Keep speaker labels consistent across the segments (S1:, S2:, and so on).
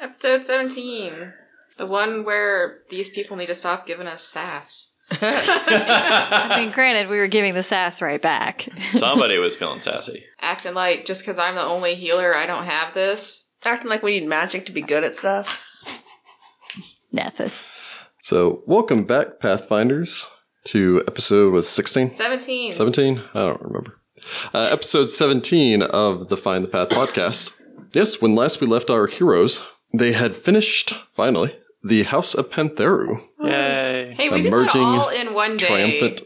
S1: Episode 17. The one where these people need to stop giving us sass.
S2: I mean, granted, we were giving the sass right back.
S3: Somebody was feeling sassy.
S1: Acting like just because I'm the only healer, I don't have this.
S4: Acting like we need magic to be good at stuff.
S2: Nethus.
S5: So, welcome back, Pathfinders, to episode was 16?
S1: 17.
S5: 17? I don't remember. Uh, episode 17 of the Find the Path podcast. Yes, when last we left our heroes, they had finished, finally, the House of Pantheru.
S3: Yay.
S1: Hey, we did that
S5: Emerging
S1: all in one day.
S5: Triumphant.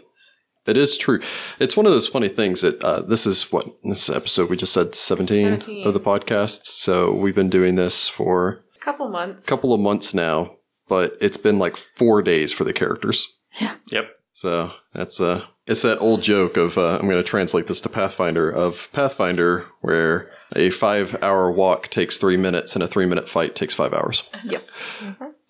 S5: It is true. It's one of those funny things that uh, this is what this episode we just said 17,
S1: 17.
S5: of the podcast. So we've been doing this for
S1: Couple months.
S5: a couple of months now, but it's been like four days for the characters.
S3: Yep.
S5: So that's uh it's that old joke of uh, I'm going to translate this to Pathfinder of Pathfinder where a 5-hour walk takes 3 minutes and a 3-minute fight takes 5 hours.
S4: Yep.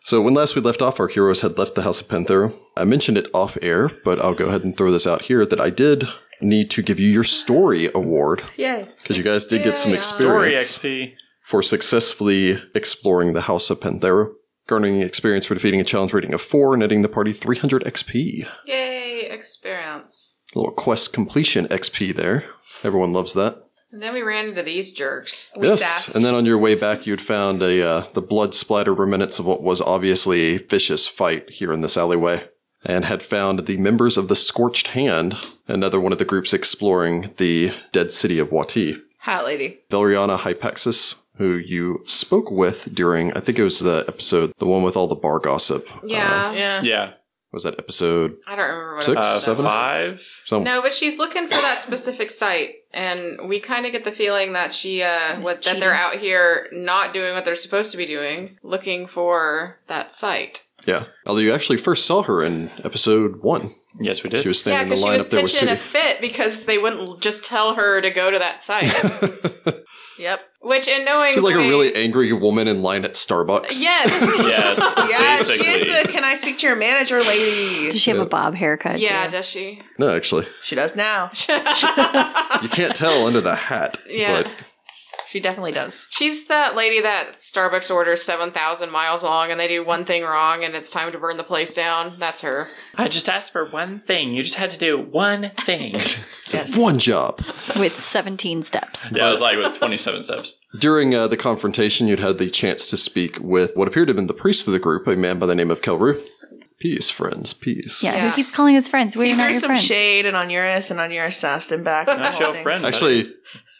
S5: So when last we left off our heroes had left the House of Panthera. I mentioned it off air, but I'll go ahead and throw this out here that I did need to give you your story award
S4: Yay.
S5: because you guys did get some
S1: Yeah.
S3: Story
S5: experience
S3: XP.
S5: for successfully exploring the House of Panthera, garnering experience for defeating a challenge rating of 4, netting the party 300 XP.
S1: Yay, experience.
S5: little quest completion XP there. Everyone loves that.
S1: And then we ran into these jerks.
S4: We
S5: yes,
S4: sassed.
S5: and then on your way back, you'd found a uh, the blood splatter remnants of what was obviously a vicious fight here in this alleyway, and had found the members of the Scorched Hand, another one of the groups exploring the dead city of Wati.
S4: Hot lady.
S5: Valeriana Hypaxis, who you spoke with during, I think it was the episode, the one with all the bar gossip. Uh,
S1: Yeah.
S4: Yeah.
S3: Yeah.
S5: was that episode
S1: I don't remember what
S5: Six,
S3: Uh,
S1: episode
S5: seven?
S1: that was.
S3: five.
S5: some?
S1: No, but she's looking for that specific site, and we kind of get the feeling that she, uh,
S2: Is
S1: what, that
S2: cheating.
S1: they're out here not doing what they're supposed to be doing, looking for that site.
S5: Yeah. Although you actually first saw her in episode one.
S3: Yes, we did.
S5: She was
S1: Yeah,
S5: standing in
S1: because
S5: the
S1: she
S5: line
S1: was
S5: up there with
S1: pitching a
S5: Sudi.
S1: fit because they wouldn't l- just tell her to go to that site.
S4: Yep.
S1: Which, in knowing,
S5: She's like a
S1: Dwayne-
S5: really angry woman in line at Starbucks.
S1: yes,
S3: yes.
S4: Yeah, she
S3: basically.
S4: is the can I speak to your manager lady.
S2: Does she have
S5: Yeah.
S2: a bob haircut?
S1: yeah.
S2: too?
S1: Does she?
S5: No, actually.
S4: She does now.
S5: You can't tell under the hat.
S1: Yeah.
S5: But
S4: She definitely does.
S1: She's that lady that Starbucks orders seven thousand miles long, and they do one thing wrong, and it's time to burn the place down. That's her.
S3: I just asked for one thing. You just had to do one thing.
S4: Yes.
S5: one job.
S2: With 17 steps.
S3: yeah, it was like with 27 steps.
S5: During uh, the confrontation, you'd had the chance to speak with what appeared to have been the priest of the group, a man by the name of Kelru. Peace, friends, peace.
S2: Yeah,
S1: Yeah.
S2: who keeps calling us friends? We're
S4: He
S2: not
S4: threw
S2: your
S4: some
S2: friends.
S4: shade and on Uranus and on Uranus sassed him back. and the
S3: Not
S4: whole
S3: show
S4: thing.
S3: friend.
S5: Actually,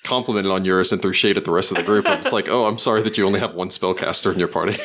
S5: complimented on Eurus and threw shade at the rest of the group. And it's like, oh, I'm sorry that you only have one spellcaster in your party.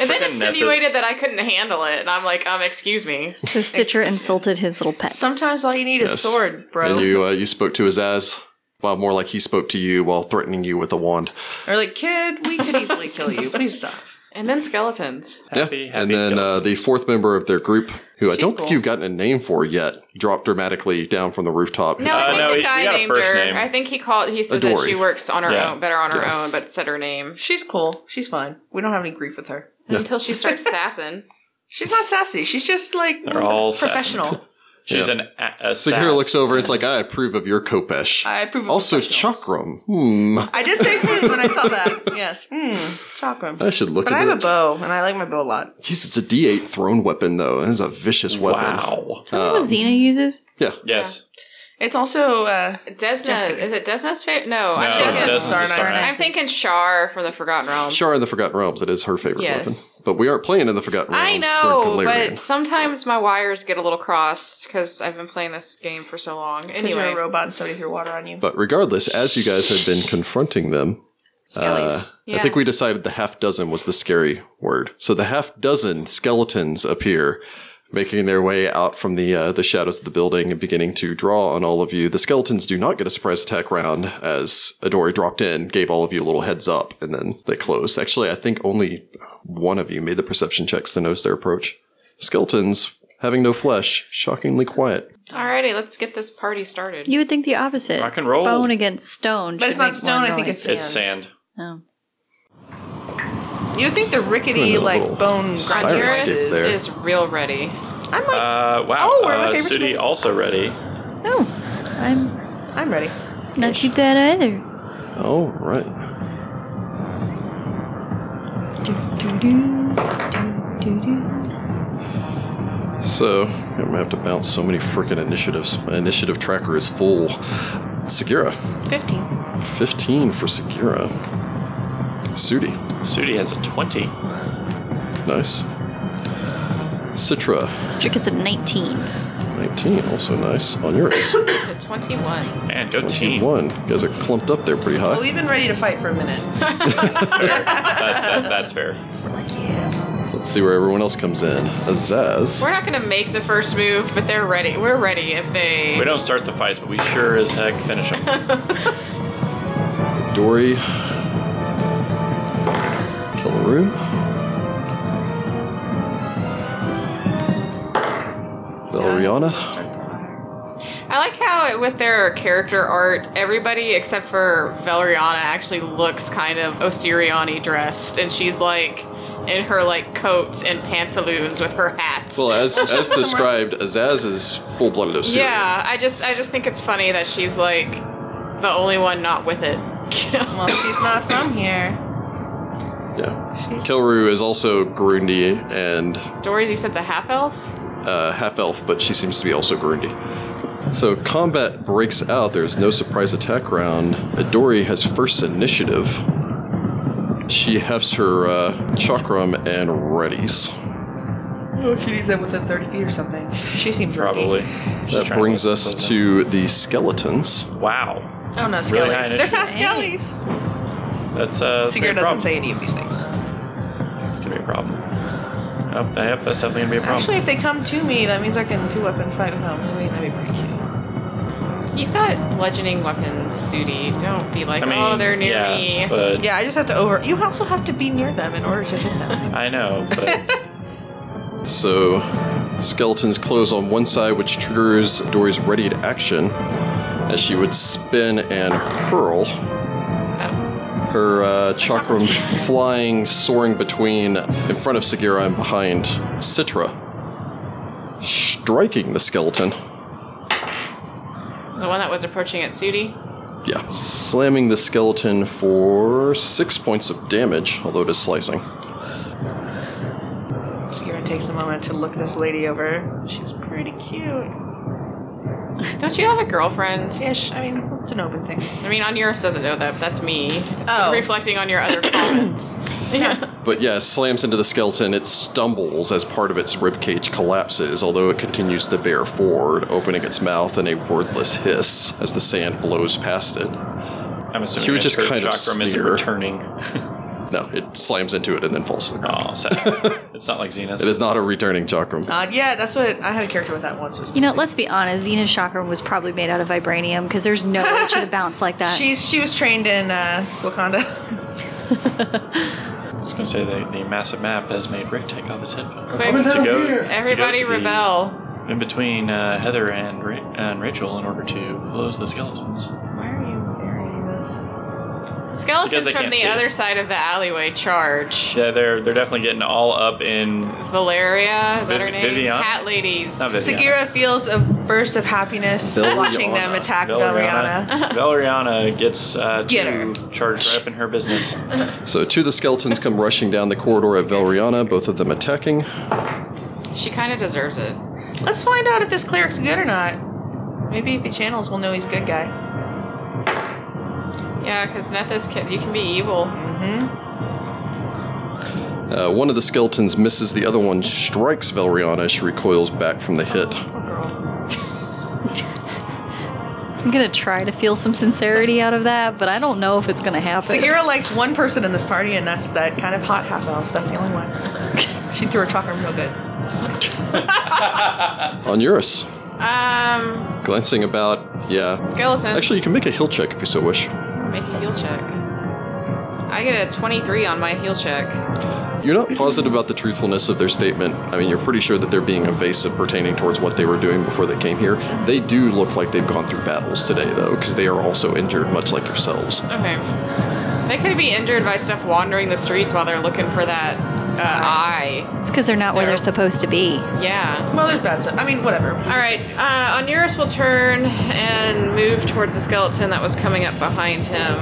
S1: And then
S3: Frickin'
S1: insinuated
S3: Memphis.
S1: that I couldn't handle it, and I'm like, um, excuse me.
S2: So Citra insulted his little pet.
S4: Sometimes all you need
S5: Yes.
S4: is sword, bro.
S5: And you uh, you spoke to his ass, well, more like he spoke to you while threatening you with a wand.
S4: or like, kid, we could easily kill you. Please stop.
S1: And then skeletons.
S3: Happy, happy
S5: and then uh, the fourth member of their group, who I
S1: She's
S5: don't
S1: cool.
S5: think you've gotten a name for yet, dropped dramatically down from the rooftop.
S1: No, I
S3: Uh,
S1: think
S3: no,
S1: the
S3: he-
S1: guy
S3: we got a
S1: named
S3: first
S1: her.
S3: name.
S1: I think he called. He said that
S5: Adori.
S1: she works on her
S3: Yeah.
S1: own, better on her own, but said her name
S4: She's cool. She's fine. We don't have any grief with her.
S5: Yeah.
S1: until she starts assassin.
S4: She's not sassy. She's just like
S3: They're all sassy.
S4: professional.
S3: She's
S5: Yeah.
S3: an a, a
S5: Sagira
S3: sass.
S5: looks over and it's like, I approve of your Kopesh.
S4: I approve. Of
S5: also,
S4: professionals.
S5: Chakram. Hmm.
S4: I did say hmm when I saw that. Yes. Hmm. Chakram.
S5: I should look
S4: But
S5: at
S4: I
S5: into
S4: have a
S5: that.
S4: bow, and I like my bow a lot.
S5: Jeez, it's a D8 thrown weapon, though. and It is a vicious weapon.
S3: Wow.
S2: Is that what Xena uses?
S5: Yeah.
S3: Yes.
S4: It's also uh, Just
S1: Desna
S4: kidding.
S1: is it Desna's favorite? No, I'm,
S3: No,
S4: She
S1: thinking,
S4: has a
S3: Desna's
S4: star
S3: a star
S4: knife.
S3: knife.
S1: I'm thinking Shar from the Forgotten Realms.
S5: Shara in the Forgotten Realms, it is her favorite
S1: Yes.
S5: weapon. But we aren't playing in the Forgotten Realms.
S1: I
S5: We're
S1: know,
S5: in Galarian.
S1: but sometimes my wires get a little crossed because I've been playing this game for so long.
S4: 'cause you're a
S1: Anyway,
S4: robot, and somebody threw water on you.
S5: But regardless, as you guys had been confronting them,
S4: Skellies.
S5: Uh, I think
S1: Yeah.
S5: we decided the half dozen was the scary word. So the half dozen skeletons appear, making their way out from the uh, the shadows of the building and beginning to draw on all of you. The skeletons do not get a surprise attack round as Adori dropped in, gave all of you a little heads up, and then they closed. Actually, I think only one of you made the perception checks to notice their approach. Skeletons, having no flesh, shockingly quiet.
S1: alrighty, let's get this party started.
S2: You would think the opposite.
S3: Rock and roll.
S2: Bone against stone.
S4: But it's
S2: should
S4: not
S2: make
S4: stone,
S2: more
S4: I think
S2: noise.
S4: it's-
S3: It's sand.
S2: Oh.
S4: You'd think the rickety
S5: Kinda a
S4: like
S5: little
S4: bone
S5: siren
S4: grinders
S1: Ramirez
S5: Sirenscape
S4: is.
S5: escape there.
S1: is real ready.
S4: I'm like,
S3: Uh, wow.
S4: Oh, we're my
S3: uh,
S4: favorite
S3: Sudi
S4: tonight.
S3: also ready.
S2: No, Oh, I'm
S4: I'm ready.
S2: not too bad either.
S5: All right. So I'm gonna have to bounce so many freaking initiatives. My initiative tracker is full. Segura,
S4: 15.
S5: 15 for Segura. Sudi,
S3: Sudi has a 20.
S5: nice. Citra,
S2: Strick gets a 19.
S5: 19, also nice. On yours,
S1: It's a 21.
S3: Man, go team.
S5: 21. You guys are clumped up there pretty
S4: Well,
S5: high.
S4: we've been ready to fight for a minute.
S3: That, that, that's fair.
S5: So let's see where everyone else comes in. Azaz,
S1: We're not going to make the first move, but they're ready. We're ready if they.
S3: We don't start the fights, but we sure as heck finish them.
S5: Dory, Killaru. Valeriana.
S1: I like how it- with their character art, everybody except for Valeriana actually looks kind of Osiriani dressed, and she's like in her like coats and pantaloons with her hats.
S5: Well, as as described, Azaz is full blooded Osirian.
S1: yeah, I just I just think it's funny that she's like the only one not with it. You know?
S4: Well, Oh, she's not from here.
S5: Yeah. Kilru is also Gurundi and
S1: Dory, you said it's a half elf.
S5: uh, half elf, but she seems to be also Gurundi. So combat breaks out. There's no surprise attack round. Adori has first initiative. She hefts her uh, chakram and readies.
S4: Oh, kitty's in within 30 feet or something. She seems lucky.
S3: Probably.
S5: That brings us to the skeletons.
S3: Wow.
S4: Oh
S3: Really
S4: no,
S3: high
S4: skellies. They're
S3: initiative.
S4: fast skellies.
S3: That's, uh, that's gonna be
S4: Sigurd
S3: a
S4: doesn't
S3: problem.
S4: say any of these things.
S3: That's going to be a problem. Yep, yep, that's definitely going to be a problem.
S4: Actually, if they come to me, that means I can two weapon fight without moving. That'd be pretty cute.
S1: You've got bludgeoning weapons, Sudi. Don't be like,
S3: I mean,
S1: oh, they're near
S3: yeah,
S1: me.
S3: But
S4: Yeah, I just have to over. You also have to be near them in order to hit them.
S3: I know, but
S5: So skeletons close on one side, which triggers Dory's readied action as she would spin and hurl.
S1: Oh,
S5: Her uh, chakram flying, soaring between in front of Segura and behind Citra, striking the skeleton.
S1: the one that was approaching at Sudi.
S5: Yeah, slamming the skeleton for six points of damage, although it is slicing.
S4: Sigurd takes a moment to look this lady over. She's pretty cute.
S1: Don't you have a girlfriend?
S4: Ish. I mean, it's an open thing.
S1: I mean, Onuris doesn't know that. but That's me. It's
S4: Oh.
S1: Reflecting on your other comments.
S5: But yeah, it slams into the skeleton. It stumbles as part of its ribcage collapses, although it continues to bear forward, opening its mouth in a wordless hiss as the sand blows past it.
S3: I'm assuming
S5: She was
S3: that
S5: just
S3: her
S5: kind of
S3: chakram isn't
S5: sneer.
S3: returning.
S5: No, it slams into it and then falls to the ground.
S3: Oh, sad. it's not like Xena's.
S5: It is not a returning chakram.
S4: Uh, yeah, that's what I had a character with that once.
S2: You know, let's be honest. Xena's chakra was probably made out of vibranium because there's no way it should have bounced like that.
S4: She's she was trained in uh, Wakanda.
S3: I was going to say the, the massive map has made Rick take off his headphones.
S1: Quick,
S3: To go, to go
S1: everybody
S3: to the-
S1: rebel.
S3: in between uh, Heather and, Ra- and Rachel in order to close the skeletons.
S4: Why are you narrating this?
S1: Skeletons
S3: they
S1: from
S3: can't
S1: the
S3: see.
S1: other side of the alleyway charge.
S3: Yeah, they're they're definitely getting all up in.
S1: Valeria, is that her
S3: Viv-
S1: name?
S3: Viviana?
S1: Hat ladies.
S3: Not Viv-
S4: Segura feels a burst of happiness
S5: Valeriana.
S4: watching them attack Valeriana.
S3: Valeriana gets uh,
S4: Get
S3: two charged right up in her business.
S5: So two of the skeletons come rushing down the corridor at Velriana, both of them attacking.
S1: she kind of deserves it.
S4: Let's find out if this cleric's good or not. Maybe if he channels, we'll know he's a good guy.
S1: Yeah, because Nethus, can, you can be evil.
S5: Uh, one of the skeletons misses, the other one strikes Velriana as she recoils back from the hit.
S4: Poor girl.
S2: I'm gonna try to feel some sincerity out of that, but I don't know if it's gonna happen.
S4: Segura likes one person in this party, and that's that kind of hot half elf. That's the only one. she threw her chakra real good.
S5: On Eurus,
S1: Um,
S5: glancing about, yeah.
S1: skeletons.
S5: Actually, you can make a heal check if you so wish.
S1: Make a heal check. I get a 23 on my heal check.
S5: You're not positive about the truthfulness of their statement. I mean, you're pretty sure that they're being evasive pertaining towards what they were doing before they came here. They do look like they've gone through battles today, though, because they are also injured, much like yourselves.
S1: Okay. They could be injured by stuff wandering the streets while they're looking for that uh, eye.
S2: It's because they're not where
S1: There.
S2: they're supposed to be.
S1: Yeah.
S4: Well, there's bad stuff. I mean, whatever.
S1: All right. Uh, Onuris will turn and move towards the skeleton that was coming up behind him.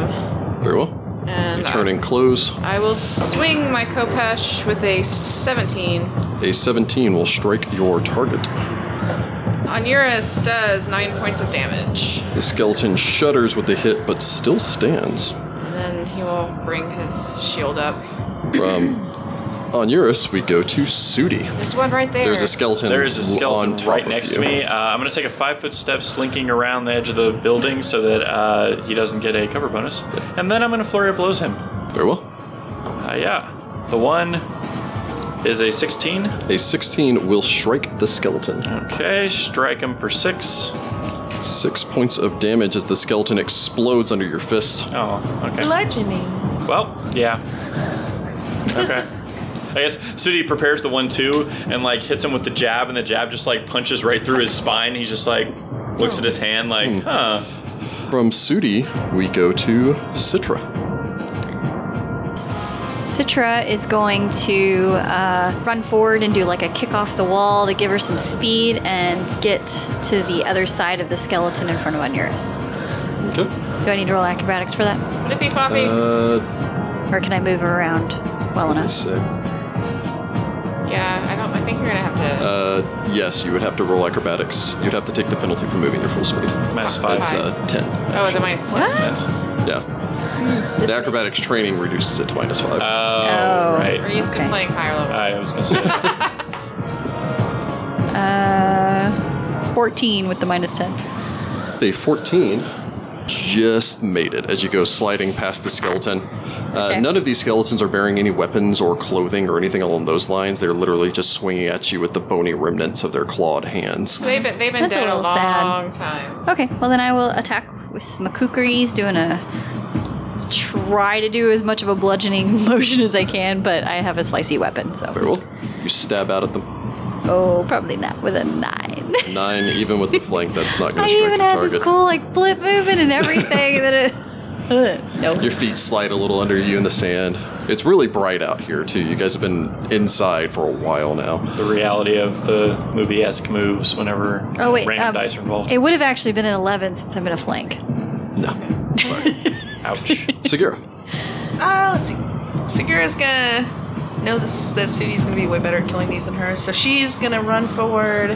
S5: Very well.
S1: And I-
S5: Turning close,
S1: I will swing my Kopesh with a 17.
S5: a 17 will strike your target.
S1: Onuris does 9 points of damage.
S5: The skeleton shudders with the hit, but still stands.
S1: And then he will bring his shield up.
S5: From Onuris, we go to Sudi.
S1: There's one right there.
S5: There's a skeleton.
S3: There is a
S5: w-
S3: skeleton
S5: on top
S3: right
S5: of
S3: next
S5: you.
S3: to me. Uh, I'm going to take a five foot step slinking around the edge of the building so that uh, he doesn't get a cover bonus. And then I'm going to flurry of blows him.
S5: Very well.
S3: Uh, yeah. The one is a 16.
S5: A 16 will strike the skeleton.
S3: Okay, strike him for six.
S5: Six points of damage as the skeleton explodes under your fist.
S3: Oh, okay.
S4: Bludgeoning.
S3: Well, yeah. Okay. I guess Sudi prepares the one two and like hits him with the jab, and the jab just like punches right through his spine. He's just like looks at his hand
S5: Hmm.
S3: like, huh.
S5: From Sudi, we go to Citra.
S2: Citra is going to uh, run forward and do like a kick off the wall to give her some speed and get to the other side of the skeleton in front of Onuris.
S5: Okay.
S2: Do I need to roll acrobatics for that?
S1: Flippy floppy.
S5: Uh,
S2: Or can I move her around well
S5: let's
S2: enough?
S5: see.
S1: yeah, I don't. I think you're gonna have to.
S5: Uh, yes, you would have to roll acrobatics. You'd have to take the penalty for moving your full speed.
S3: Minus five.
S5: That's uh, 10.
S1: oh, is it minus two?
S5: Yeah. The acrobatics training reduces it to minus 5.
S3: Oh,
S1: We're
S2: Oh.
S3: right.
S1: used
S2: Okay.
S1: to playing higher level.
S3: I was gonna say. that.
S2: Uh, 14 with the minus 10.
S5: The 14 just made it as you go sliding past the skeleton. Uh,
S2: Okay.
S5: None of these skeletons are bearing any weapons or clothing or anything along those lines. They're literally just swinging at you with the bony remnants of their clawed hands.
S1: they've been they've been
S2: That's a
S1: dead a,
S2: little sad.
S1: long time.
S2: Okay, well then I will attack with my kookeries, doing a try to do as much of a bludgeoning motion as I can, but I have a slicey weapon, so
S5: Very well. You stab out at them.
S2: oh, probably not with a nine.
S5: Nine, even with the flank, that's not going
S2: I
S5: to strike
S2: even
S5: the
S2: had this
S5: target.
S2: cool like flip movement and everything that it. no.
S5: Your feet slide a little under you in the sand. It's really bright out here, too. You guys have been inside for a while now.
S3: the reality of the movie esque moves whenever
S2: oh wait,
S3: random
S2: um,
S3: dice are involved.
S2: It would have actually been an eleven since I'm in a flank.
S5: No.
S3: Ouch.
S5: Segura.
S4: Ah, let's see. Segura's gonna know this, that Sudi's gonna be way better at killing these than hers, so she's gonna run forward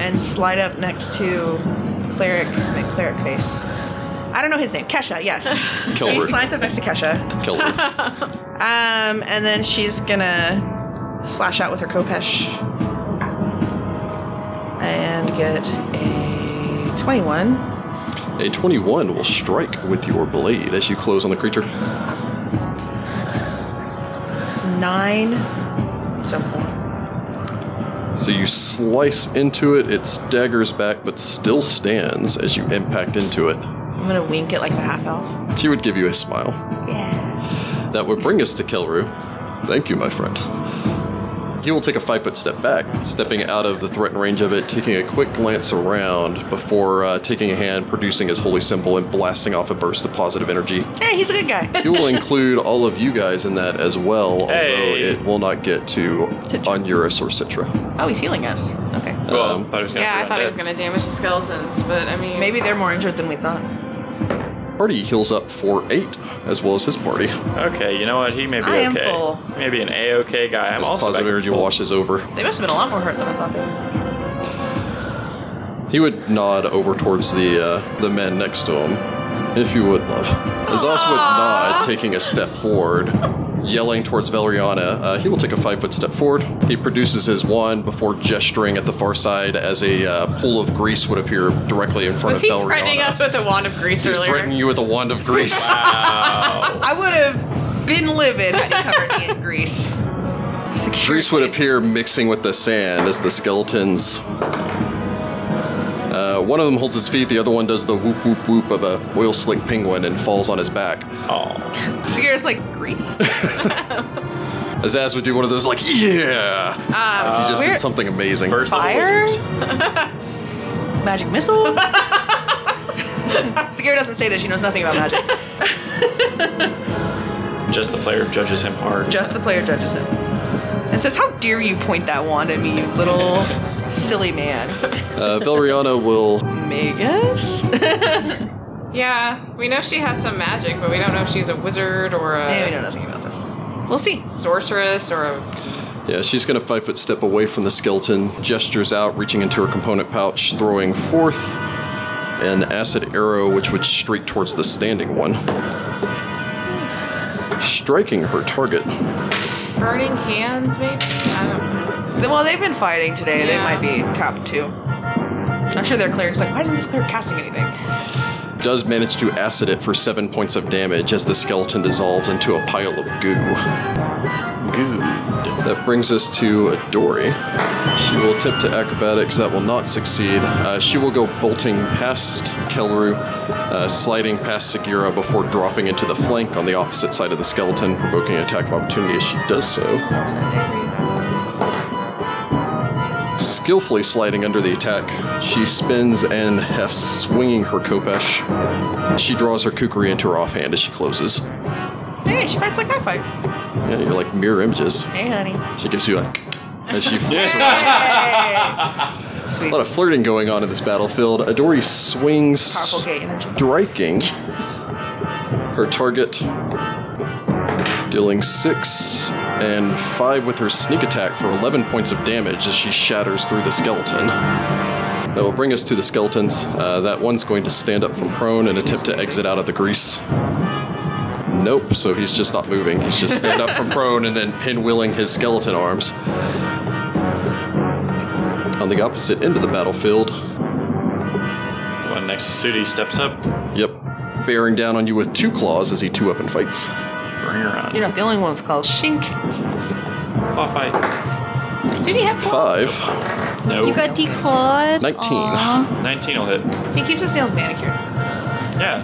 S4: and slide up next to cleric, my cleric face. I don't know his name. Kesha, yes. he
S5: Kelbert.
S4: slides up next to Kesha.
S5: Kelbert.
S4: Um, and then she's gonna slash out with her Kopesh. And get a 21.
S5: A 21 will strike with your blade as you close on the creature.
S4: 9. So 4.
S5: So you slice into it, it staggers back but still stands as you impact into it.
S4: I'm gonna wink it like the half elf.
S5: She would give you a smile.
S4: Yeah.
S5: That would bring us to Kelru. Thank you, my friend. He will take a five foot step back, stepping out of the threatened range of it, taking a quick glance around before uh, taking a hand, producing his holy symbol, and blasting off a burst of positive energy.
S4: Hey, he's a good guy.
S5: He will include all of you guys in that as well, although
S3: Hey.
S5: it will not get to Onuris or Citra.
S4: Oh, he's healing us. Okay.
S3: well,
S5: Um,
S3: I thought it was gonna
S1: yeah,
S3: be
S1: I thought
S3: undead.
S1: it was gonna damage the skeletons, but I mean,
S4: Maybe they're more injured than we thought.
S5: Party heals up for eight, as well as his party.
S3: Okay, you know what? He may be
S4: I am
S3: okay.
S4: full.
S3: Maybe an A okay guy. I'm
S5: His
S3: also
S5: positive
S3: back
S5: energy
S3: full.
S5: washes over.
S4: They must have been a lot more hurt than I thought they were.
S5: He would nod over towards the uh, the men next to him, if you would love. Azaz would nod, taking a step forward, yelling towards Valeriana. Uh, he will take a five foot step forward. He produces his wand before gesturing at the far side as a uh, pool of grease would appear directly in front
S1: was
S5: of
S1: he
S5: Valeriana.
S1: threatening us with a wand of grease
S5: He was
S1: earlier?
S5: threatening you with a wand of grease.
S3: Wow.
S4: I would have been livid had you covered me in grease. Secure
S5: Grease would
S4: space.
S5: appear mixing with the sand as the skeletons. Uh, one of them holds his feet, the other one does the whoop whoop whoop of a oil slick penguin and falls on his back.
S3: Aw.
S4: Segura's like, grease?
S5: Azaz would do one of those, like, yeah!
S1: um,
S5: He just
S4: Where-
S5: did something amazing.
S3: First
S4: Fire?
S3: level wizards.
S4: magic missile? Segura doesn't say that she knows nothing about magic.
S3: Just the player judges him hard.
S4: Just the player judges him. And says, How dare you point that wand at me, you little silly man?
S5: Uh, Valeriana will
S4: Magus?
S1: Yeah, we know she has some magic, but we don't know if she's a wizard or a
S4: Yeah, we know nothing about this. We'll see.
S1: sorceress or a.
S5: Yeah, she's going to five foot step away from the skeleton, gestures out, reaching into her component pouch, throwing forth an acid arrow which would streak towards the standing one, striking her target.
S1: Burning hands, maybe? I don't
S4: Th- Well, they've been fighting today. They
S1: Yeah.
S4: might be top two. I'm sure their cleric's like, why isn't this cleric casting anything?
S5: Does manage to acid it for seven points of damage as the skeleton dissolves into a pile of goo. Good. That brings us to Dory. She will attempt to acrobatics. That will not succeed. Uh, she will go bolting past Kelru, uh, sliding past Sagira before dropping into the flank on the opposite side of the skeleton, provoking an attack of opportunity as she does so. Skillfully sliding under the attack, she spins and hefts, swinging her kopesh. She draws her kukri into her offhand as she closes.
S4: Hey, she fights like I fight.
S5: Yeah, you're like mirror images.
S4: Hey, honey.
S5: She gives you a. As she flips around.
S4: Hey. Sweet.
S5: A lot of flirting going on in this battlefield. Adori swings,
S4: Powerful gay energy.
S5: striking her target, dealing six and five with her sneak attack for 11 points of damage as she shatters through the skeleton. That will bring us to the skeletons. Uh, that one's going to stand up from prone and attempt to exit out of the grease. Nope, so he's just not moving. He's just stand up from prone and then pinwheeling his skeleton arms. On the opposite end of the battlefield,
S3: The one next to Sudi steps up.
S5: Yep. Bearing down on you with two claws as he two up and fights.
S3: Bring her on.
S4: You're not the only one with calls. Shink.
S3: Claw fight.
S1: know. Sudi have claws?
S5: Five.
S3: No.
S2: You got declawed.
S5: 19.
S2: Aw.
S3: 19 will hit.
S4: He keeps his nails manicured.
S3: Yeah.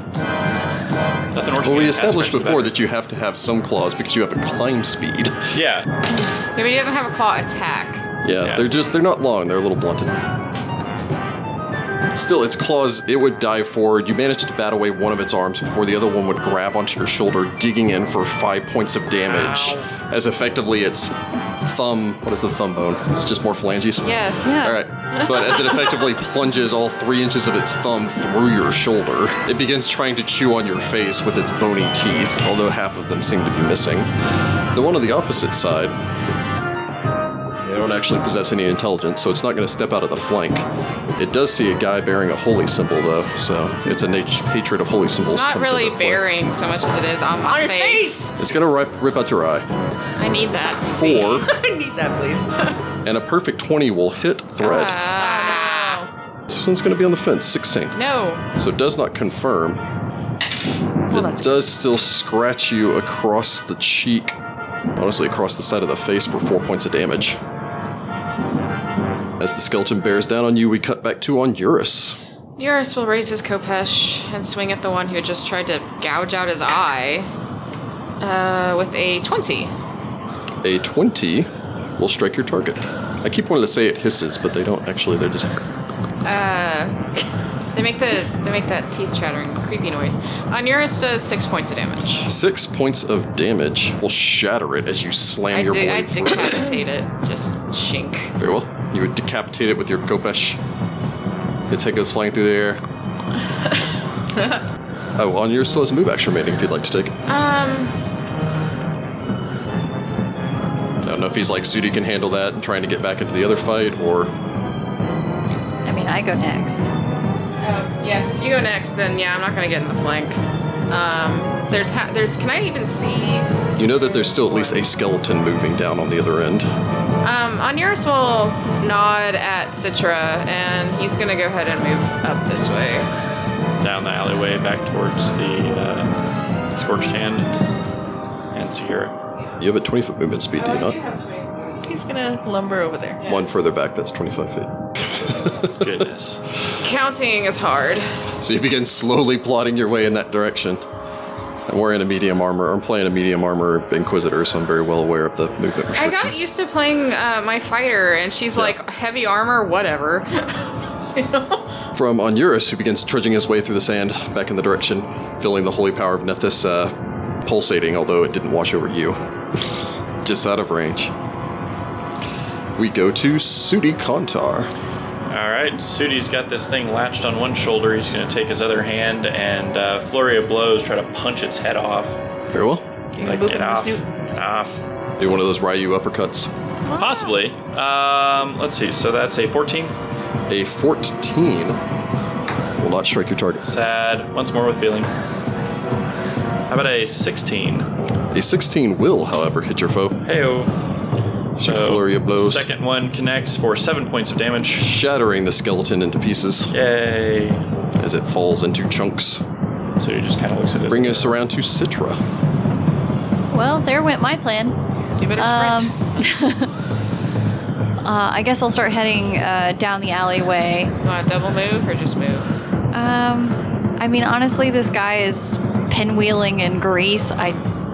S3: Nothing worse
S5: Well,
S3: than
S5: we
S3: getting
S5: established
S3: attacked
S5: before
S3: by
S5: that you have to have some claws because you have a climb speed.
S3: a spider. Yeah.
S1: Maybe he doesn't have a claw attack.
S5: Yeah,
S3: Yeah.
S5: they're just, they're not long, they're a little blunted. Still, its claws, it would dive forward. You managed to bat away one of its arms before the other one would grab onto your shoulder, digging in for five points of damage. As effectively its thumb, what is the thumb bone? It's just more phalanges.
S1: Yes.
S2: Yeah.
S5: All right. But as it effectively plunges all three inches of its thumb through your shoulder, it begins trying to chew on your face with its bony teeth, although half of them seem to be missing. The one on the opposite side, they don't actually possess any intelligence, so it's not going to step out of the flank. It does see a guy bearing a holy symbol, though, so it's a nat- hatred of holy symbols.
S1: It's not
S5: comes into
S1: really
S5: play.
S1: bearing so much as it is on
S4: On
S1: my
S4: his
S1: face.
S4: face!
S5: It's going to rip, rip out your eye.
S1: I need that.
S5: Four,
S4: I need that, please.
S5: and a perfect 20 will hit thread.
S1: Ah,
S5: This one's going to be on the fence, 16.
S1: no.
S5: So it does not confirm. it does still scratch you across the cheek, honestly across the side of the face for four points of damage. As the skeleton bears down on you, we cut back to on Eurus.
S1: Eurus will raise his kopesh and swing at the one who just tried to gouge out his eye uh, with a 20.
S5: A 20 will strike your target. I keep wanting to say it hisses, but they don't actually. They're just.
S1: Uh, they make the they make that teeth chattering creepy noise. Onuris does six points of damage.
S5: Six points of damage will shatter it as you slam
S1: I,
S5: your
S1: do, I
S5: blade. through it.
S1: decapitate it. Just shink.
S5: Very well. You would decapitate it with your kopesh. Its head goes flying through the air. oh, on your slowest move action remaining if you'd like to take it.
S1: Um,
S5: I don't know if he's like Sudi can handle that and trying to get back into the other fight, or
S2: I mean, I go next.
S1: uh, yes. If you go next, then yeah, I'm not gonna get in the flank. Um, there's ha- there's. Can I even see?
S5: you know that there's still at least a skeleton moving down on the other end.
S1: Um, Onuris will nod at Citra, and he's gonna go ahead and move up this way.
S3: Down the alleyway back towards the uh, Scorched Hand and Sahira.
S5: You have a 20 foot movement speed, do you not?
S4: He's gonna lumber over there.
S5: One further back, that's 25 feet.
S3: Goodness.
S1: Counting is hard.
S5: So you begin slowly plodding your way in that direction. I'm wearing a medium armor. I'm playing a medium armor Inquisitor, so I'm very well aware of the movement restrictions.
S1: I got used to playing uh, my fighter, and she's like heavy armor, whatever. You know?
S5: from Onuris, who begins trudging his way through the sand back in the direction, feeling the holy power of Nethys uh, pulsating, although it didn't wash over you. Just out of range. We go to Sudi Kontar.
S3: All right. right, Sudi's got this thing latched on one shoulder. He's going to take his other hand and uh, flurry of blows, try to punch its head off.
S5: Very well.
S4: You
S3: Like,
S4: boop
S3: get
S4: him,
S3: off.
S4: Snoop.
S3: Get off.
S5: Do one of those Ryu uppercuts.
S3: Possibly. Um, let's see. So that's a 14.
S5: A 14 will not strike your target.
S3: Sad. Once more with feeling. How about a 16?
S5: A 16 will, however, hit your foe.
S3: Heyo.
S5: So flurry of blows,
S3: Second one connects for seven points of damage.
S5: shattering the skeleton into pieces
S3: Yay.
S5: as it falls into chunks.
S3: So he just kind of looks at it.
S5: Bring us around to Citra.
S2: Well, there went my plan.
S4: You better
S2: Um,
S4: sprint.
S2: uh, I guess I'll start heading uh, down the alleyway.
S1: You want to double move or just move?
S2: Um, I mean, honestly, this guy is pinwheeling in grease. I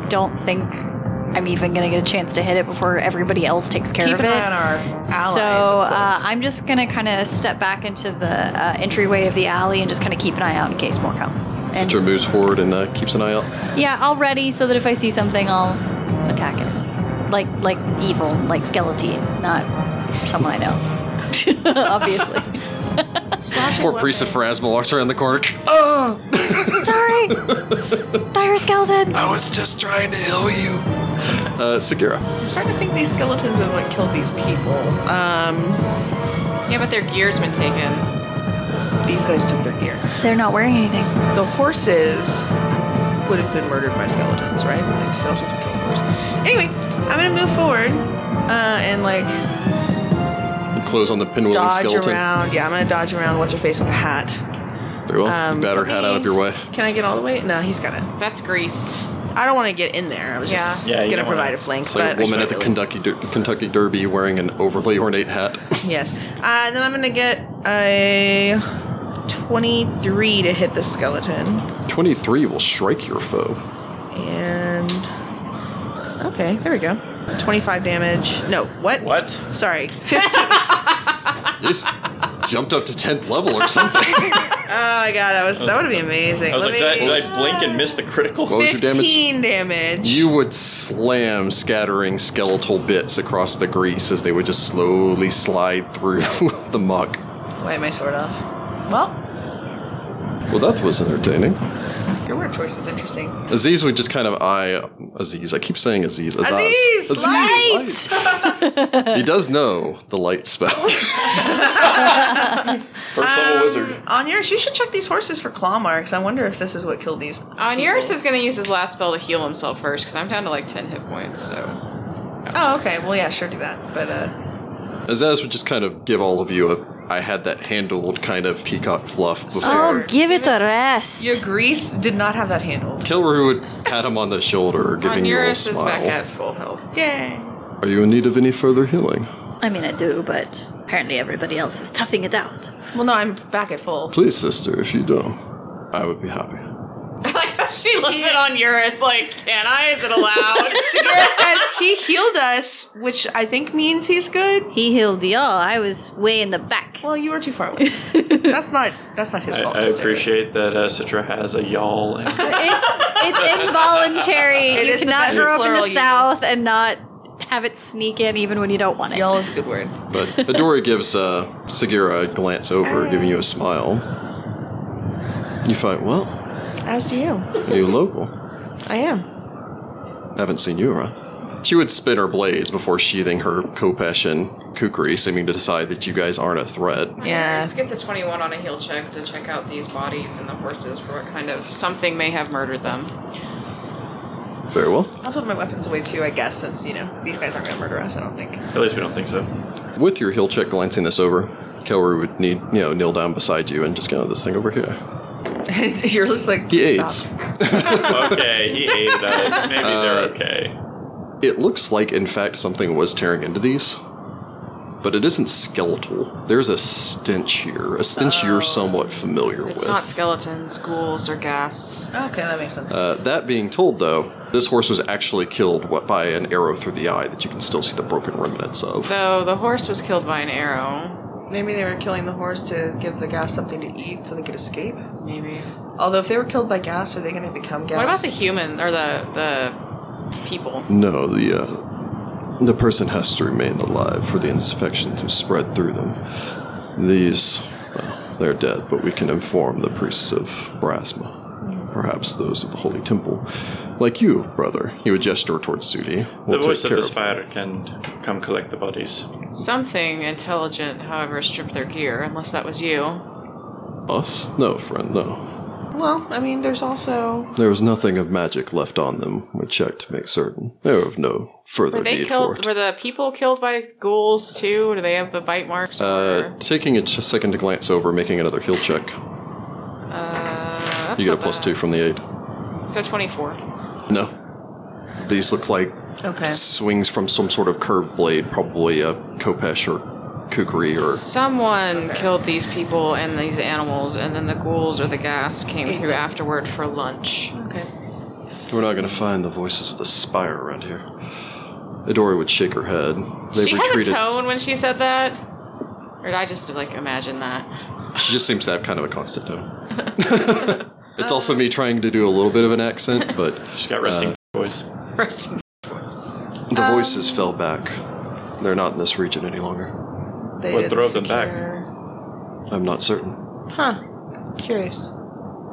S2: don't think I'm even going to get a chance to hit it before everybody else takes care
S4: Keep
S2: of
S4: an
S2: it.
S4: eye on our allies.
S2: so
S4: of
S2: uh,
S4: course.
S2: I'm just going to kind of step back into the uh, entryway of the alley and just kind of keep an eye out in case more come. And-
S5: Citra moves forward and uh, keeps an eye out.
S2: yeah, I'll ready so that if I see something, I'll attack it. Like like evil, like skeleton, not someone I know. Obviously.
S4: Slashing
S5: Poor
S4: weapon.
S5: priest of Phrasma walks around the corner. Ah!
S2: Sorry, dire skeleton.
S5: I was just trying to heal you. Uh, Sagira.
S4: I'm starting to think these skeletons are what killed these people. Um,
S1: Yeah, but their gear's been taken.
S4: these guys took their gear.
S2: They're not wearing anything.
S4: The horses would have been murdered by skeletons, right? Like skeletons would kill horses. Anyway, I'm gonna move forward uh, and like
S5: You close on the pinwheeling
S4: dodge
S5: skeleton.
S4: around. Yeah, I'm gonna dodge around. What's her face with the hat?
S5: Very well.
S4: Um,
S5: you bat her hat out of your way.
S4: Can I get all the way? No, he's gotta.
S1: That's greased.
S4: I don't want to get in there. I was just
S3: Yeah. Yeah, you
S4: gonna
S3: don't wanna-
S4: provide a flank.
S5: It's like
S4: but
S5: a woman at the
S4: Really-
S5: Kentucky, Der- Kentucky Derby wearing an overly ornate hat.
S4: Yes. Uh, and then I'm gonna get a 23 to hit the skeleton.
S5: 23 will strike your foe.
S4: And okay, there we go. 25 damage. No, what?
S3: What?
S4: Sorry, 15. oh
S5: You just jumped up to 10th level or something.
S4: Oh my god, that was that would be amazing.
S3: I was
S4: Let
S3: like, did I,
S4: me-
S3: did I blink and miss the critical?
S5: What was your damage?
S4: 15 damage.
S5: You would slam scattering skeletal bits across the grease as they would just slowly slide through the muck.
S4: Why am I sword off? Well,
S5: Well, that was entertaining.
S4: your word choice is interesting.
S5: Aziz would just kind of eye Aziz. I keep saying Aziz. Azaz.
S4: Aziz,
S5: light! he does know the light spell.
S3: First level wizard.
S4: On yours, you should check these horses for claw marks. I wonder if this is what killed these.
S1: Onuris is going to use his last spell to heal himself first because I'm down to like 10 hit points, so.
S4: Oh, okay. Well, yeah, sure, do that. But uh,
S5: Azaz would just kind of give all of you a I had that handled kind of peacock fluff before.
S2: Oh, give it a rest.
S4: your grease did not have that handled.
S5: Kilru would pat him on the shoulder, giving you a little
S1: Onuris is
S5: smile.
S1: back at full health.
S4: Yay!
S5: Are you in need of any further healing?
S2: I mean, I do, but apparently everybody else is toughing it out.
S4: Well, no, I'm back at full.
S5: Please, sister, if you don't, I would be happy.
S1: I like how she looks at Onuris like, can I? Is it allowed?
S4: Segura says he healed us, which I think means he's good.
S2: He healed y'all. I was way in the back.
S4: Well, you were too far away. that's not that's not his
S3: I,
S4: fault.
S3: I
S4: is it?
S3: appreciate that uh, Citra has a y'all. And
S2: It's it's involuntary.
S4: It
S2: you
S4: is the
S2: cannot
S4: best
S2: grow up in
S4: plural
S2: the
S4: you-
S2: south and not have it sneak in even when you don't want it.
S4: Y'all is a good word.
S5: But Adora gives uh, Sagira a glance over, giving you a smile. You fight well.
S4: As do you.
S5: Are you local?
S4: I am.
S5: Haven't seen you around. She would spin her blades before sheathing her Kopesh and Kukri, seeming to decide that you guys aren't a threat.
S4: Yeah.
S1: Onuris gets a 21 on a heal check to check out these bodies and the horses for what kind of something may have murdered them.
S5: Very well.
S4: I'll put my weapons away too, I guess, since you know these guys aren't gonna murder us. I don't think.
S3: at least we don't think so.
S5: With your heel check glancing this over, Kelru would need, you know, kneel down beside you and just go, this thing over here.
S4: You're just like
S5: He aids.
S3: Okay, he hated us. Maybe
S5: Uh,
S3: they're okay.
S5: It looks like, in fact, something was tearing into these, but it isn't skeletal. There's a stench here, a stench you're somewhat familiar
S1: Oh. It's
S5: with.
S1: not skeletons, ghouls, or ghasts.
S4: Okay, that makes sense.
S5: uh, that being told, though, this horse was actually killed what, by an arrow through the eye that you can still see the broken remnants of.
S1: Though the horse was killed by an arrow,
S4: Maybe they were killing the horse to give the gas something to eat so they could escape.
S1: maybe.
S4: Although if they were killed by gas, are they gonna become gas?
S1: What about the human or the the people?
S5: No, the uh, the person has to remain alive for the infection to spread through them. These, well, they're dead, but we can inform the priests of Brasma, perhaps those of the Holy Temple. Like you, brother, he would gesture towards Sudi.
S3: The
S5: We'll take
S3: voice of
S5: care
S3: the spider can come collect the bodies.
S1: Something intelligent, however, stripped their gear, unless that was you.
S5: Us? No, friend, no.
S4: Well, I mean, there's also
S5: There was nothing of magic left on them. We checked to make certain. They were of no further
S1: Were they
S5: need for
S1: killed?
S5: it.
S1: Were the people killed by ghouls too? Do they have the bite marks?
S5: Uh,
S1: or-
S5: taking a ch- second to glance over, making another heal check.
S1: uh
S5: You get a plus two from the aid.
S1: So twenty-four.
S5: No. These look like
S4: okay.
S5: swings from some sort of curved blade, probably a kopesh or kukri or.
S1: Someone killed these people and these animals, and then the ghouls or the gas came through afterward for lunch.
S4: Okay.
S5: We're not going to find the voices of the spire around here. Adora would shake her head. They
S1: she had a
S5: retreated.
S1: tone when she said that, or did I just like imagine that?
S5: She just seems to have kind of a constant tone. it's also me trying to do a little bit of an accent, but
S3: She's got resting voice.
S1: Rest-
S5: the
S1: Um,
S5: voices fell back. They're not in this region any longer.
S4: They
S3: What
S4: didn't
S3: drove them back?
S4: secure-
S5: I'm not certain.
S4: Huh. Curious.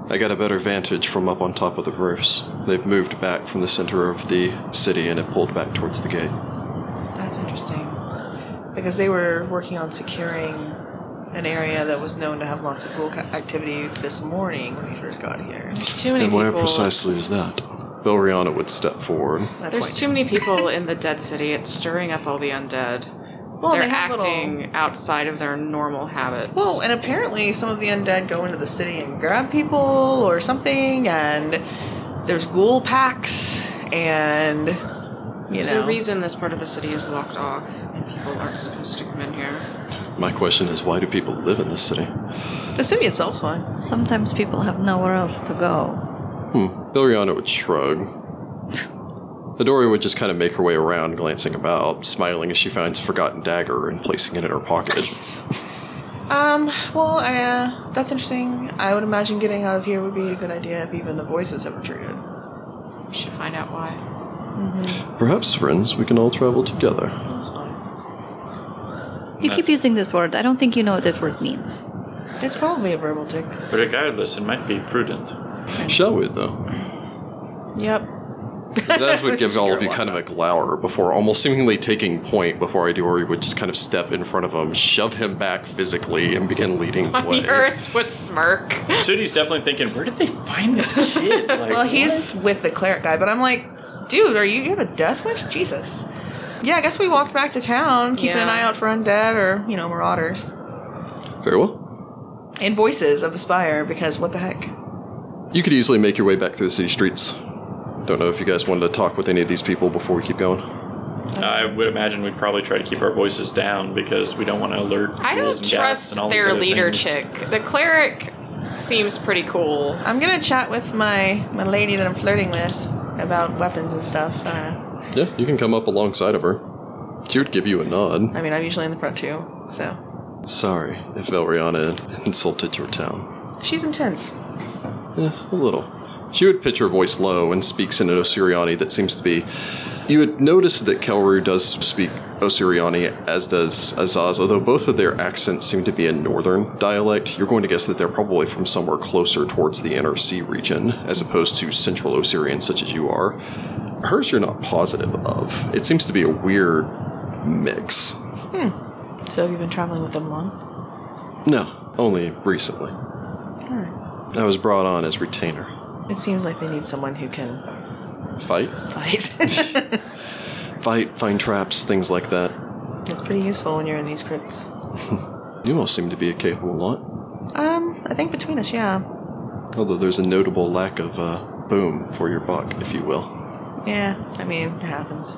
S5: I got a better vantage from up on top of the roofs. They've moved back from the center of the city and it pulled back towards the gate.
S4: That's interesting. Because they were working on securing an area that was known to have lots of ghoul ca- activity this morning when we first got here.
S1: There's too many
S5: And where
S1: people.
S5: precisely is that? Belriana would step forward.
S4: That
S1: There's
S4: point.
S1: too many people in the dead city. It's stirring up all the undead.
S4: Well,
S1: They're
S4: they have little-
S1: acting outside of their normal habits.
S4: Well, and apparently some of the undead go into the city and grab people or something, and there's ghoul packs, and you
S1: There's
S4: know,
S1: a reason this part of the city is locked off and people aren't supposed to come in here.
S5: My question is why do people live in this city?
S4: the city itself's fine.
S2: Sometimes people have nowhere else to go.
S5: Hmm. Bilriana would shrug. Midori would just kind of make her way around, glancing about, smiling as she finds a forgotten dagger and placing it in her pocket.
S4: Um, well, I, uh, that's interesting. I would imagine getting out of here would be a good idea if even the voices have retreated.
S1: We should find out why.
S5: Perhaps, friends, we can all travel together.
S4: That's fine.
S2: You keep using this word. I don't think you know what this word means.
S4: It's probably a verbal tick.
S3: But regardless, it might be prudent.
S5: Shall we, though?
S4: Yep.
S5: Zaz would give all of you
S4: Sure,
S5: kind of a glower before, almost seemingly taking point before Idori would just kind of step in front of him, shove him back physically, and begin leading the way.
S1: Earth would smirk.
S3: Sudi's definitely thinking, where did they find this kid? Like,
S4: Well, he's with the cleric guy, but I'm like, dude, are you you have a death wish? Jesus. Yeah, I guess we walked back to town, keeping an
S1: Yeah.
S4: eye out for undead or you know marauders
S5: Very well.
S4: and voices of the spire because what the heck?
S5: You could easily make your way back through the city streets. Don't know if you guys wanted to talk with any of these people before we keep going.
S3: I would imagine we'd probably try to keep our voices down because we don't want to alert.
S1: I
S3: ghouls
S1: don't trust
S3: and ghasts and all these
S1: their
S3: other
S1: leader
S3: things.
S1: chick. The cleric seems pretty cool.
S4: I'm gonna chat with my my lady that I'm flirting with about weapons and stuff. Uh,
S5: Yeah, you can come up alongside of her. She would give you a nod.
S4: I mean, I'm usually in the front too, so
S5: Sorry if Valriana insulted your town.
S4: she's intense.
S5: Yeah, Eh, a little. She would pitch her voice low and speaks in an Osiriani that seems to be. You would notice that Kelru does speak Osiriani, as does Azaz, although both of their accents seem to be a northern dialect. You're going to guess that they're probably from somewhere closer towards the NRC region, as opposed to central Osirian, such as you are. Hers, you're not positive of. It seems to be a weird mix.
S4: So have you been traveling with them long?
S5: No, only recently.
S4: Alright.
S5: I was brought on as retainer.
S4: Hmm. It seems like they need someone who can
S5: Fight?
S4: fight. That's
S5: Fight, find traps, things like that.
S4: pretty useful when you're in these crypts.
S5: You all seem to be a capable lot,
S4: Um, I think between us, yeah.
S5: although there's a notable lack of uh, boom for your buck, if you will.
S4: Yeah, I mean, it happens.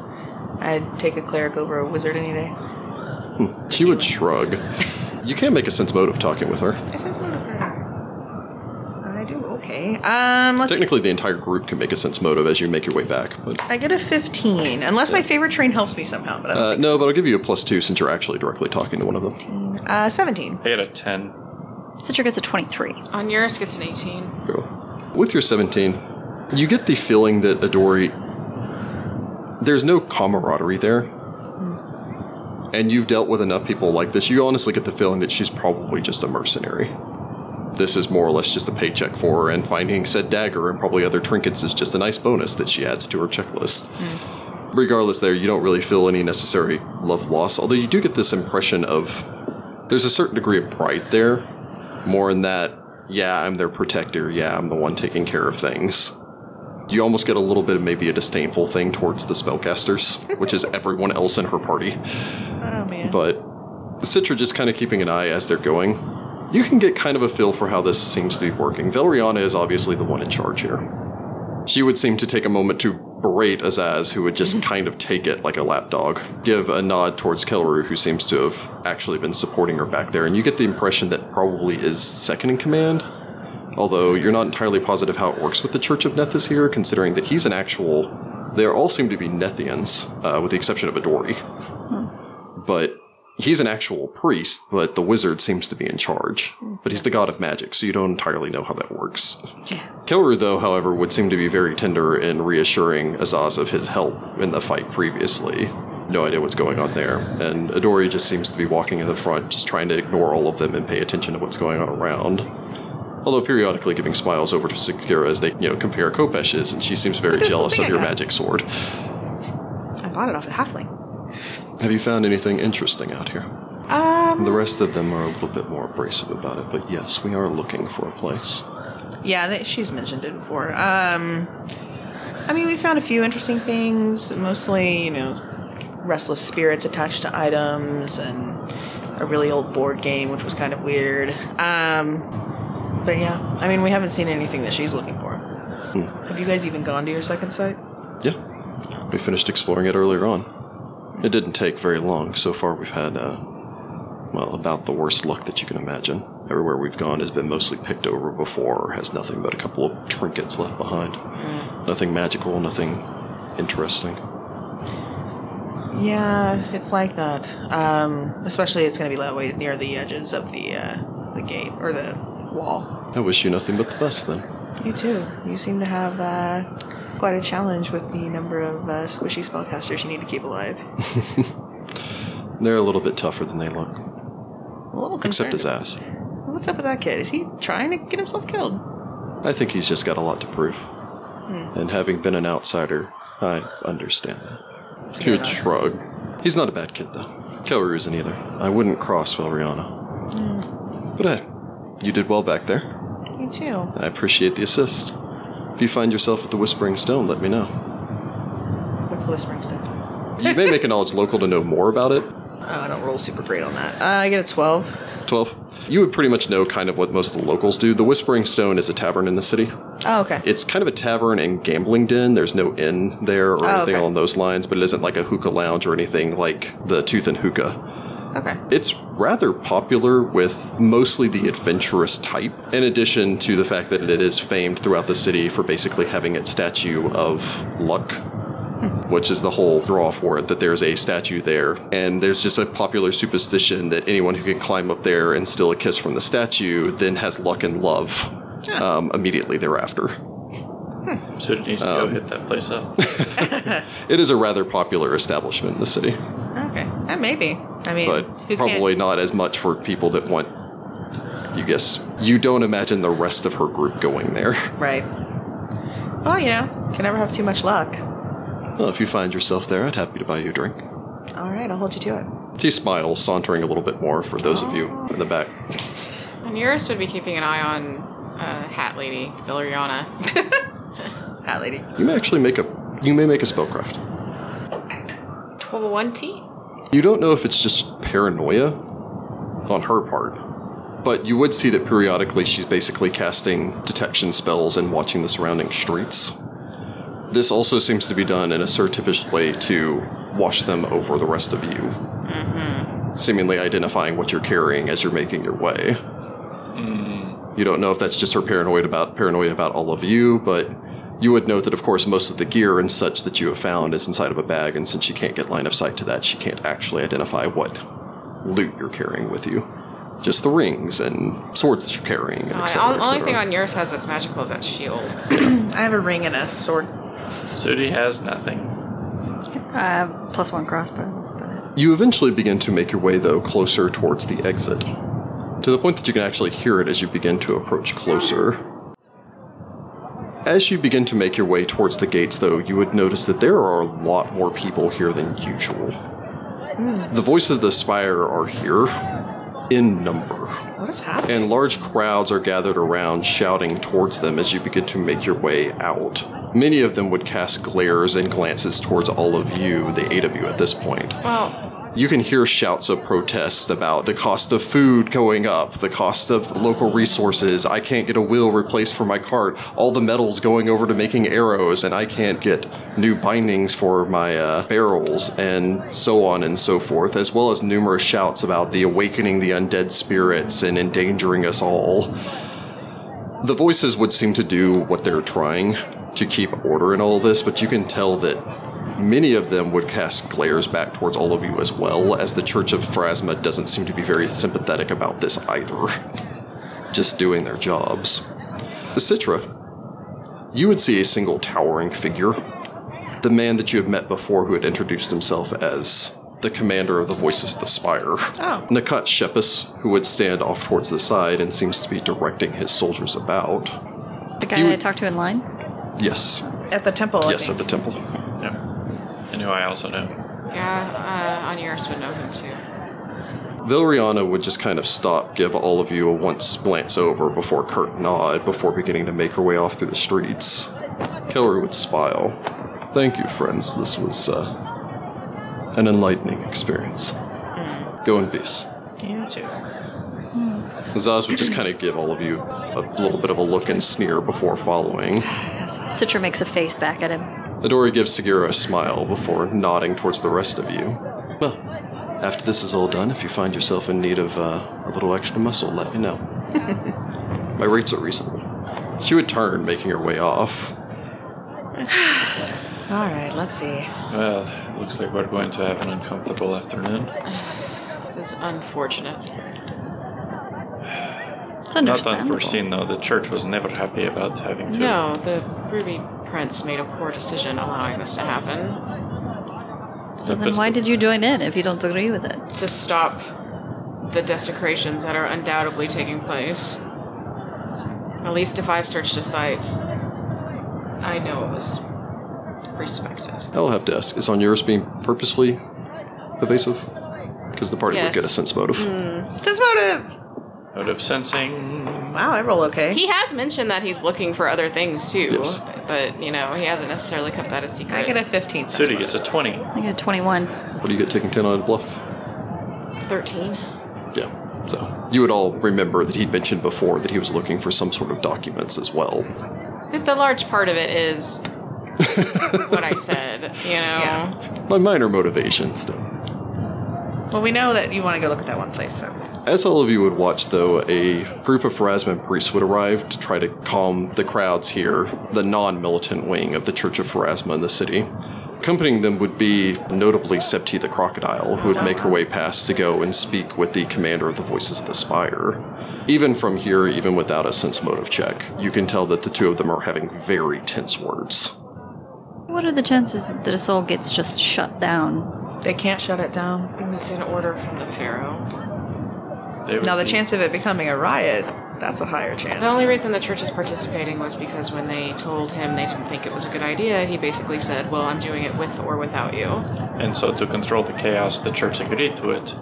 S4: I'd take a cleric over a wizard any day.
S5: She would shrug. You can make a sense motive talking with her.
S4: I said wonderful. I do okay. Um, let's.
S5: Technically, the entire group can make a sense motive as you make your way back, but. uh,
S4: I get a fifteen, unless my favorite train helps me somehow. But I don't
S5: Uh, no, but I'll give you a plus two since you're actually directly talking to one of them.
S4: think- uh, seventeen.
S3: I got a 10.
S2: Citra gets a 23.
S1: On yours gets an 18.
S5: Cool. With your 17, you get the feeling that Adori. There's no camaraderie there. and you've dealt with enough people like this, you honestly get the feeling that she's probably just a mercenary. This is more or less just a paycheck for her, and finding said dagger and probably other trinkets is just a nice bonus that she adds to her checklist. Regardless, there, you don't really feel any necessary love loss, although you do get this impression of there's a certain degree of pride there, more in that, yeah, I'm their protector, yeah, I'm the one taking care of things. You almost get a little bit of maybe a disdainful thing towards the spellcasters, which is everyone else in her party
S4: Oh man.
S5: but Citra just kind of keeping an eye as they're going. You can get kind of a feel for how this seems to be working. Valeriana is obviously the one in charge here. She would seem to take a moment to berate Azaz, who would just kind of take it like a lapdog, give a nod towards Kelru, who seems to have actually been supporting her back there, and you get the impression that probably is second in command. Although you're not entirely positive how it works with the Church of Nethys here, considering that he's an actual. They all seem to be Nethians, uh, with the exception of Adori but he's an actual priest, but the wizard seems to be in charge. But he's the god of magic, so you don't entirely know how that works. Kilru, though, however, would seem to be very tender in reassuring Azaz of his help in the fight previously. No idea what's going on there. And Adori just seems to be walking in the front, just trying to ignore all of them and pay attention to what's going on around. Although periodically giving smiles over to Sagira as they, you know, compare Kopesh's, and she seems very
S4: Look at this
S5: jealous
S4: thing
S5: of
S4: I
S5: your
S4: got.
S5: magic sword.
S4: I bought it off a halfling.
S5: Have you found anything interesting out here?
S4: Um.
S5: The rest of them are a little bit more abrasive about it, but yes, we are looking for a place.
S4: Yeah, they, she's mentioned it before. Um, I mean, we found a few interesting things, mostly, you know, restless spirits attached to items and a really old board game, which was kind of weird. Um, but yeah, I mean, we haven't seen anything that she's looking for. Have you guys even gone to your second site?
S5: Yeah. We finished exploring it earlier on. It didn't take very long. So far, we've had, uh, well, about the worst luck that you can imagine. Everywhere we've gone has been mostly picked over before or has nothing but a couple of trinkets left behind. Nothing magical, nothing interesting.
S4: Yeah, it's like that. Um, especially, it's going to be that way near the edges of the uh, the gate or the wall.
S5: I wish you nothing but the best then.
S4: You too. You seem to have uh, quite a challenge with the number of uh, squishy spellcasters you need to keep alive.
S5: They're a little bit tougher than they look,
S4: A little
S5: except
S4: concerned.
S5: his ass.
S4: What's up with that kid? Is he trying to get himself killed?
S5: I think he's just got a lot to prove. And having been an outsider, I understand that. He would shrug. He's not a bad kid, though. Kelru isn't either. I wouldn't cross Valriana. But hey, you did well back there.
S4: You too.
S5: I appreciate the assist. If you find yourself at the Whispering Stone, let me know.
S4: What's the whispering stone?
S5: You may make a knowledge local to know more about it.
S4: Oh, I don't roll super great on that. Uh, I get a twelve.
S5: 12. You would pretty much know kind of what most of the locals do. The Whispering Stone is a tavern in the city.
S4: Oh, okay.
S5: It's kind of a tavern and gambling den. There's no inn there or
S4: Oh,
S5: anything
S4: okay.
S5: along those lines, but it isn't like a hookah lounge or anything like the Tooth and Hookah.
S4: okay.
S5: It's rather popular with mostly the adventurous type, in addition to the fact that it is famed throughout the city for basically having its statue of luck.
S4: Hmm.
S5: Which is the whole draw for it that there's a statue there, and there's just a popular superstition that anyone who can climb up there and steal a kiss from the statue then has luck and love um, immediately thereafter.
S3: So it needs to go hit that place up.
S5: It is a rather popular establishment in the city,
S4: Okay. That may be. I mean,
S5: but
S4: who
S5: probably
S4: can't-
S5: not as much for people that want. You guess you don't imagine the rest of her group going there.
S4: Right. Well, you know, can never have too much luck.
S5: Well, if you find yourself there, I'd happy to buy you a drink.
S4: All right, I'll hold you to it.
S5: She smiles, sauntering a little bit more for those of you in the back.
S1: And Eurus would be keeping an eye on uh, Hat Lady, Valeriana.
S4: Hat lady.
S5: You may actually make a you may make a spellcraft.
S1: 20?
S5: You don't know if it's just paranoia on her part, but you would see that periodically she's basically casting detection spells and watching the surrounding streets. This also seems to be done in a surreptitious way to wash them over the rest of you,
S1: Mm-hmm.
S5: seemingly identifying what you're carrying as you're making your way. You don't know if that's just her paranoid about paranoia about all of you, but you would note that, of course, most of the gear and such that you have found is inside of a bag, and since she can't get line of sight to that, she can't actually identify what loot you're carrying with you. Just the rings and swords that you're carrying, and
S1: The
S5: et cetera, et
S1: Oh, only
S5: cetera.
S1: thing on Eurus has that's magical is that shield.
S4: I have a ring and a sword.
S3: Sudi has nothing.
S2: Uh, plus one crossbow. That's about it.
S5: You eventually begin to make your way, though, closer towards the exit, to the point that you can actually hear it as you begin to approach closer. As you begin to make your way towards the gates, though, you would notice that there are a lot more people here than usual. The voices of the spire are here in number
S4: What is happening?
S5: and large crowds are gathered around shouting towards them as you begin to make your way out. Many of them would cast glares and glances towards all of you, the eight of you at this point.
S1: Well,
S5: You can hear shouts of protest about the cost of food going up, the cost of local resources, I can't get a wheel replaced for my cart, all the metals going over to making arrows, and I can't get new bindings for my uh, barrels, and so on and so forth, as well as numerous shouts about the awakening the undead spirits and endangering us all. The voices would seem to do what they're trying to keep order in all this, but you can tell that many of them would cast glares back towards all of you as well, as the Church of Phrasma doesn't seem to be very sympathetic about this either. Just doing their jobs. Citra, you would see a single towering figure. The man that you had met before who had introduced himself as the commander of the Voices of the Spire.
S4: Oh.
S5: Nakat Shepis, who would stand off towards the side and seems to be directing his soldiers about.
S2: The guy
S5: You
S2: I
S5: would-
S2: talked to in line?
S5: Yes.
S4: At the temple. I
S5: Yes, at
S4: think.
S5: the temple.
S3: Yeah. And who I also know.
S1: yeah, uh, Onuris would know him too.
S5: Vilriana would just kind of stop, give all of you a once glance over before curt nod, before beginning to make her way off through the streets. Killer would smile. Thank you, friends. This was uh, an enlightening experience. Go in peace.
S4: Mm. You too.
S5: Zaz would just kind of give all of you a little bit of a look and sneer before following.
S2: Citra makes a face back at him.
S5: Adora gives Segura a smile before nodding towards the rest of you. Well, after this is all done, if you find yourself in need of uh, a little extra muscle, let me know. My rates are reasonable. She would turn, making her way off.
S4: All right. Let's see.
S3: Well, looks like we're going to have an uncomfortable afternoon.
S1: This is unfortunate.
S2: It's
S3: Not
S2: understandable.
S3: unforeseen, though. The church was never happy about having to.
S1: No, the Ruby Prince made a poor decision allowing this to happen.
S2: So then why did you join in if you don't agree with it?
S1: To stop the desecrations that are undoubtedly taking place. At least if I've searched a site, I know it was respected.
S5: I'll have to ask, is on yours being purposefully evasive? Because the party
S1: Yes.
S5: would get a sense motive.
S4: Sense motive.
S3: Out of sensing.
S4: Wow, I roll okay.
S1: He has mentioned that he's looking for other things too,
S5: Yes.
S1: but you know, he hasn't necessarily kept that a secret.
S4: I get a 15. sense
S3: Sudi
S4: motive.
S3: gets a 20.
S2: I got a 21.
S5: What do you get taking 10 on a bluff?
S1: 13.
S5: Yeah. So you would all remember that he'd mentioned before that he was looking for some sort of documents as well.
S1: But the large part of it is what I said, you know?
S4: Yeah.
S5: My minor motivation still.
S4: Well, we know that you want to go look at that one place, so.
S5: As all of you would watch, though, a group of Pharasman priests would arrive to try to calm the crowds here, the non militant wing of the Church of Pharasma in the city. Accompanying them would be notably Septi the Crocodile, who would make her way past to go and speak with the commander of the Voices of the Spire. Even from here, even without a sense motive check, you can tell that the two of them are having very tense words.
S2: What are the chances that the soul gets just shut down?
S4: They can't shut it down.
S1: It's an order from the Pharaoh.
S3: They would
S4: Now, the
S3: be-
S4: chance of it becoming a riot, that's a higher chance.
S1: The only reason the church is participating was because when they told him they didn't think it was a good idea, he basically said, Well, I'm doing it with or without you.
S3: And so, to control the chaos, the church agreed to it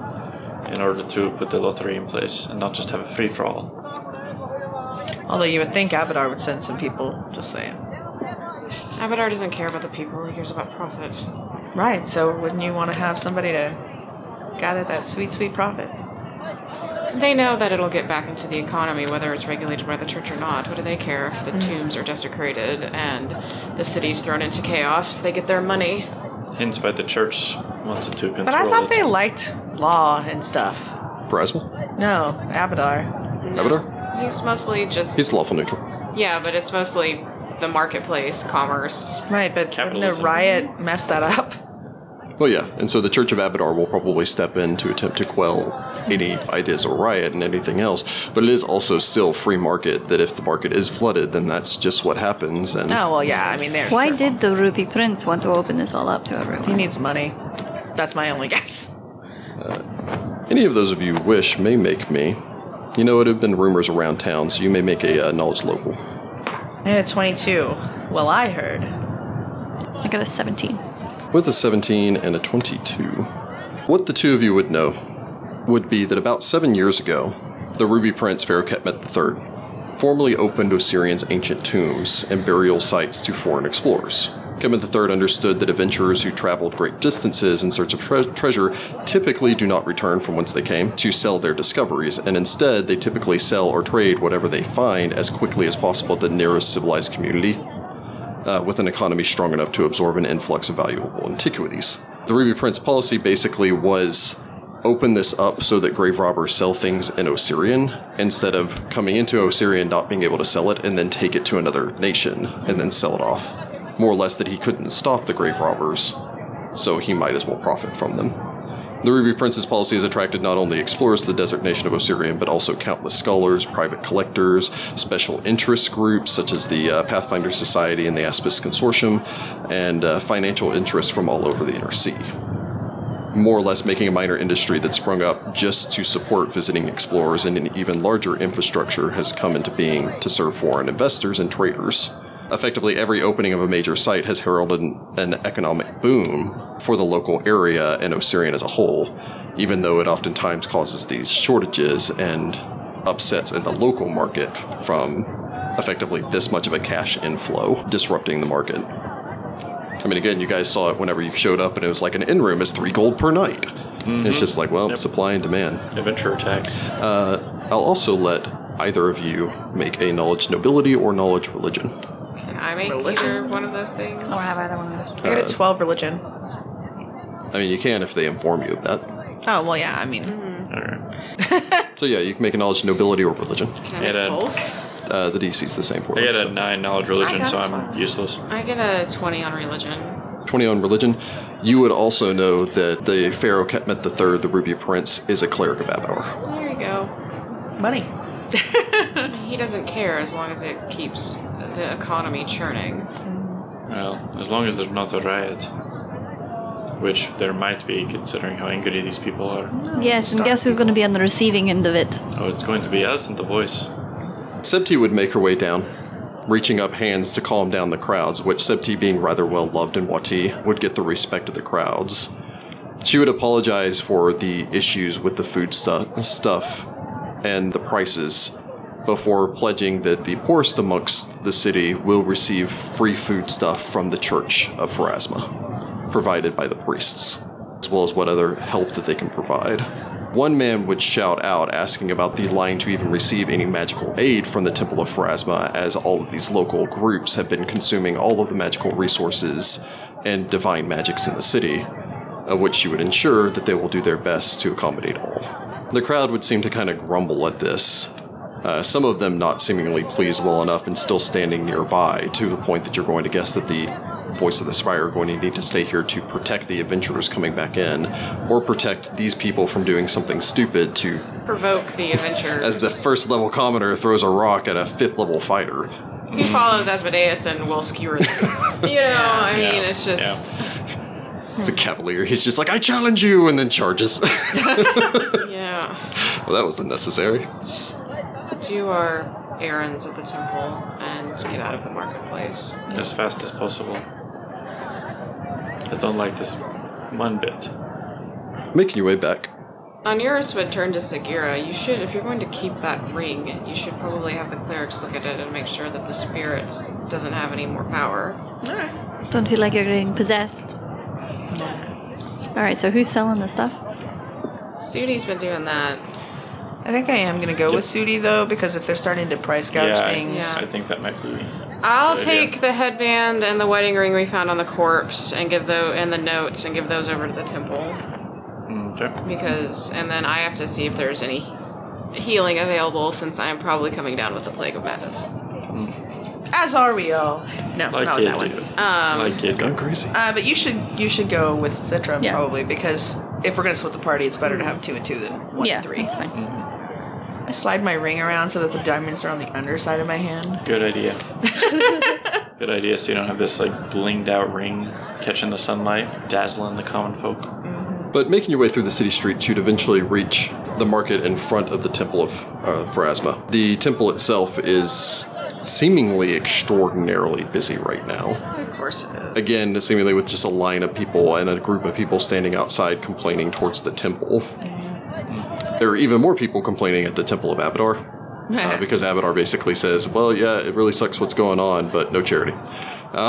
S3: in order to put the lottery in place and not just have a free for all.
S4: Although you would think Abadar would send some people, just saying.
S1: Abadar doesn't care about the people, he cares about profit.
S4: Right, so wouldn't you want to have somebody to gather that sweet, sweet profit?
S1: They know that it'll get back into the economy, whether it's regulated by the church or not. What do they care if the tombs are desecrated and the city's thrown into chaos if they get their money?
S3: Hence why the church wants to control
S4: But I thought
S3: it.
S4: they liked law and stuff.
S5: Phrasma?
S4: No, Abadar.
S5: Abadar?
S1: He's mostly just
S5: He's lawful neutral.
S1: yeah, but it's mostly the marketplace, commerce.
S4: Right, but wouldn't a
S3: Capitalism.
S4: riot mess that up?
S5: Well, yeah, and so the Church of Abadar will probably step in to attempt to quell any ideas of riot and anything else, but it is also still free market that if the market is flooded, then that's just what happens. And
S4: Oh, well, yeah, I mean, they're.
S2: Why did the Ruby Prince want to open this all up to
S4: He
S2: everyone?
S4: needs money. That's my only guess.
S5: Any of those of you wish may make me. You know, it have been rumors around town, so you may make a uh, knowledge local.
S4: And a 22. Well, I heard.
S2: I got a 17.
S5: With a 17 and a 22, what the two of you would know would be that about seven years ago, the Ruby Prince Ferrokhotmep III formally opened Osirian's ancient tombs and burial sites to foreign explorers. Kemet III understood that adventurers who traveled great distances in search of tre- treasure typically do not return from whence they came to sell their discoveries, and instead they typically sell or trade whatever they find as quickly as possible to the nearest civilized community uh, with an economy strong enough to absorb an influx of valuable antiquities. The Ruby Prince policy basically was open this up so that grave robbers sell things in Osirian instead of coming into Osirian, not being able to sell it, and then take it to another nation and then sell it off. More or less that he couldn't stop the grave robbers, so he might as well profit from them. The Ruby Prince's policy has attracted not only explorers to the desert nation of Osirian, but also countless scholars, private collectors, special interest groups such as the uh, Pathfinder Society and the Aspis Consortium, and uh, financial interests from all over the inner sea. More or less making a minor industry that sprung up just to support visiting explorers, and an even larger infrastructure has come into being to serve foreign investors and traders. Effectively, every opening of a major site has heralded an, an economic boom for the local area and Osirian as a whole, even though it oftentimes causes these shortages and upsets in the local market from effectively this much of a cash inflow disrupting the market. I mean, again, you guys saw it whenever you showed up, and it was like an in room is three gold per night. It's just like, well, supply and demand.
S3: Adventure attacks.
S5: Uh, I'll also let either of you make a knowledge nobility or knowledge religion.
S1: Can I make either one of those things?
S2: I don't have either one of those.
S4: I got a 12 religion.
S5: I mean, you can if they inform you of that.
S4: Oh, well, yeah, I mean,
S3: All right.
S5: So yeah, you can make a knowledge nobility or religion.
S1: Can I
S3: Yeah,
S1: make
S3: that-
S1: both?
S5: Uh, the DC is the same for
S3: I
S5: them,
S3: got a nine knowledge religion,
S1: I
S3: so
S1: got
S3: I'm
S1: one.
S3: useless.
S1: I get a 20 on religion.
S5: so twenty on religion. You would also know that the Pharaoh Ketmet III, the Ruby Prince, is a cleric of Abar.
S1: There you go.
S4: money.
S1: He doesn't care as long as it keeps the economy churning.
S3: Well, as long as there's not a riot, which there might be, considering how angry these people are.
S2: Yes, and guess who's going to be on the receiving end of it?
S3: Oh, it's going to be us and the voice.
S5: Septi would make her way down, reaching up hands to calm down the crowds, which Septi, being rather well loved in Wati, would get the respect of the crowds. She would apologize for the issues with the food stu- stuff and the prices before pledging that the poorest amongst the city will receive free food stuff from the Church of Pharasma, provided by the priests, as well as what other help that they can provide. One man would shout out asking about the line to even receive any magical aid from the Temple of Pharasma, as all of these local groups have been consuming all of the magical resources and divine magics in the city, of which she would ensure that they will do their best to accommodate all. The crowd would seem to kind of grumble at this, uh, some of them not seemingly pleased well enough and still standing nearby to the point that you're going to guess that the voice of the spire are going to need to stay here to protect the adventurers coming back in, or protect these people from doing something stupid to,
S1: Provoke the adventure.
S5: as the first level commoner throws a rock at a fifth level fighter.
S1: he follows Asmodeus and will skewer them. you know, I mean,
S3: Yeah.
S1: it's just.
S5: It's a cavalier. He's just like, I challenge you, and then charges. well,
S1: Yeah.
S5: that was unnecessary.
S1: Do our errands at the temple and get out of the marketplace.
S3: As fast as possible. I don't like this one bit.
S5: Making your way back.
S1: On yours would turn to Sagira. You should, if you're going to keep that ring, you should probably have the clerics look at it and make sure that the spirit doesn't have any more power.
S2: Don't feel like you're getting possessed. All right, so who's selling the stuff?
S1: Sudi's been doing that.
S4: I think I am going to go with Sudi, though, because if they're starting to price gouge
S3: yeah, I-
S4: things.
S1: Yeah.
S3: I think that might be.
S1: I'll
S3: Good idea.
S1: take the headband and the wedding ring we found on the corpse and give those and the notes and give those over to the temple
S3: mm, Okay.
S1: because and then I have to see if there's any healing available since I'm probably coming down with the plague of madness.
S4: As are we all. No,
S3: Like
S4: not
S3: it,
S4: that one.
S3: dude.
S1: Um,
S3: like it.
S5: Going crazy.
S4: Uh, but you should you should go with Citra
S2: Yeah. Mm-hmm.
S4: probably because if we're gonna split the party, it's better to have two and two than one
S2: yeah,
S4: and three.
S2: that's fine.
S4: I slide my ring around so that the diamonds are on the underside of my hand.
S3: Good idea. Good idea. So you don't have this like blinged out ring catching the sunlight, dazzling the common folk.
S5: But making your way through the city streets, you'd eventually reach the market in front of the Temple of uh, Pharasma. The temple itself is seemingly extraordinarily busy right now.
S4: Of course it is.
S5: Again, seemingly with just a line of people and a group of people standing outside complaining towards the temple. There are even more people complaining at the Temple of Abadar. Uh, because Abadar basically says, well, yeah, it really sucks what's going on, but no charity.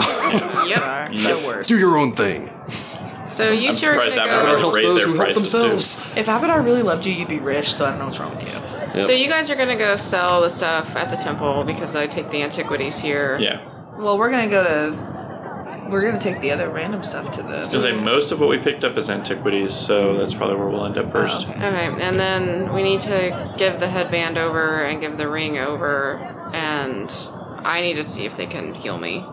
S1: Yep.
S4: the worst.
S5: Do your own thing.
S1: So you
S3: I'm
S1: sure
S3: surprised
S1: gonna
S3: Abner
S1: go-
S5: Abadar
S3: Raise
S5: helps
S3: their
S5: those who help
S3: prices, too.
S5: themselves.
S4: If Abadar really loved you, you'd be rich, so I don't know what's wrong with you.
S5: Yep.
S1: So you guys are gonna go sell the stuff at the temple because I take the antiquities here.
S3: Yeah.
S4: Well, we're gonna go to. We're gonna take the other random stuff to the.
S3: Because like, most of what we picked up is antiquities, so that's probably where we'll end up first.
S4: okay.
S1: Okay, and then we need to give the headband over and give the ring over, and I need to see if they can heal me.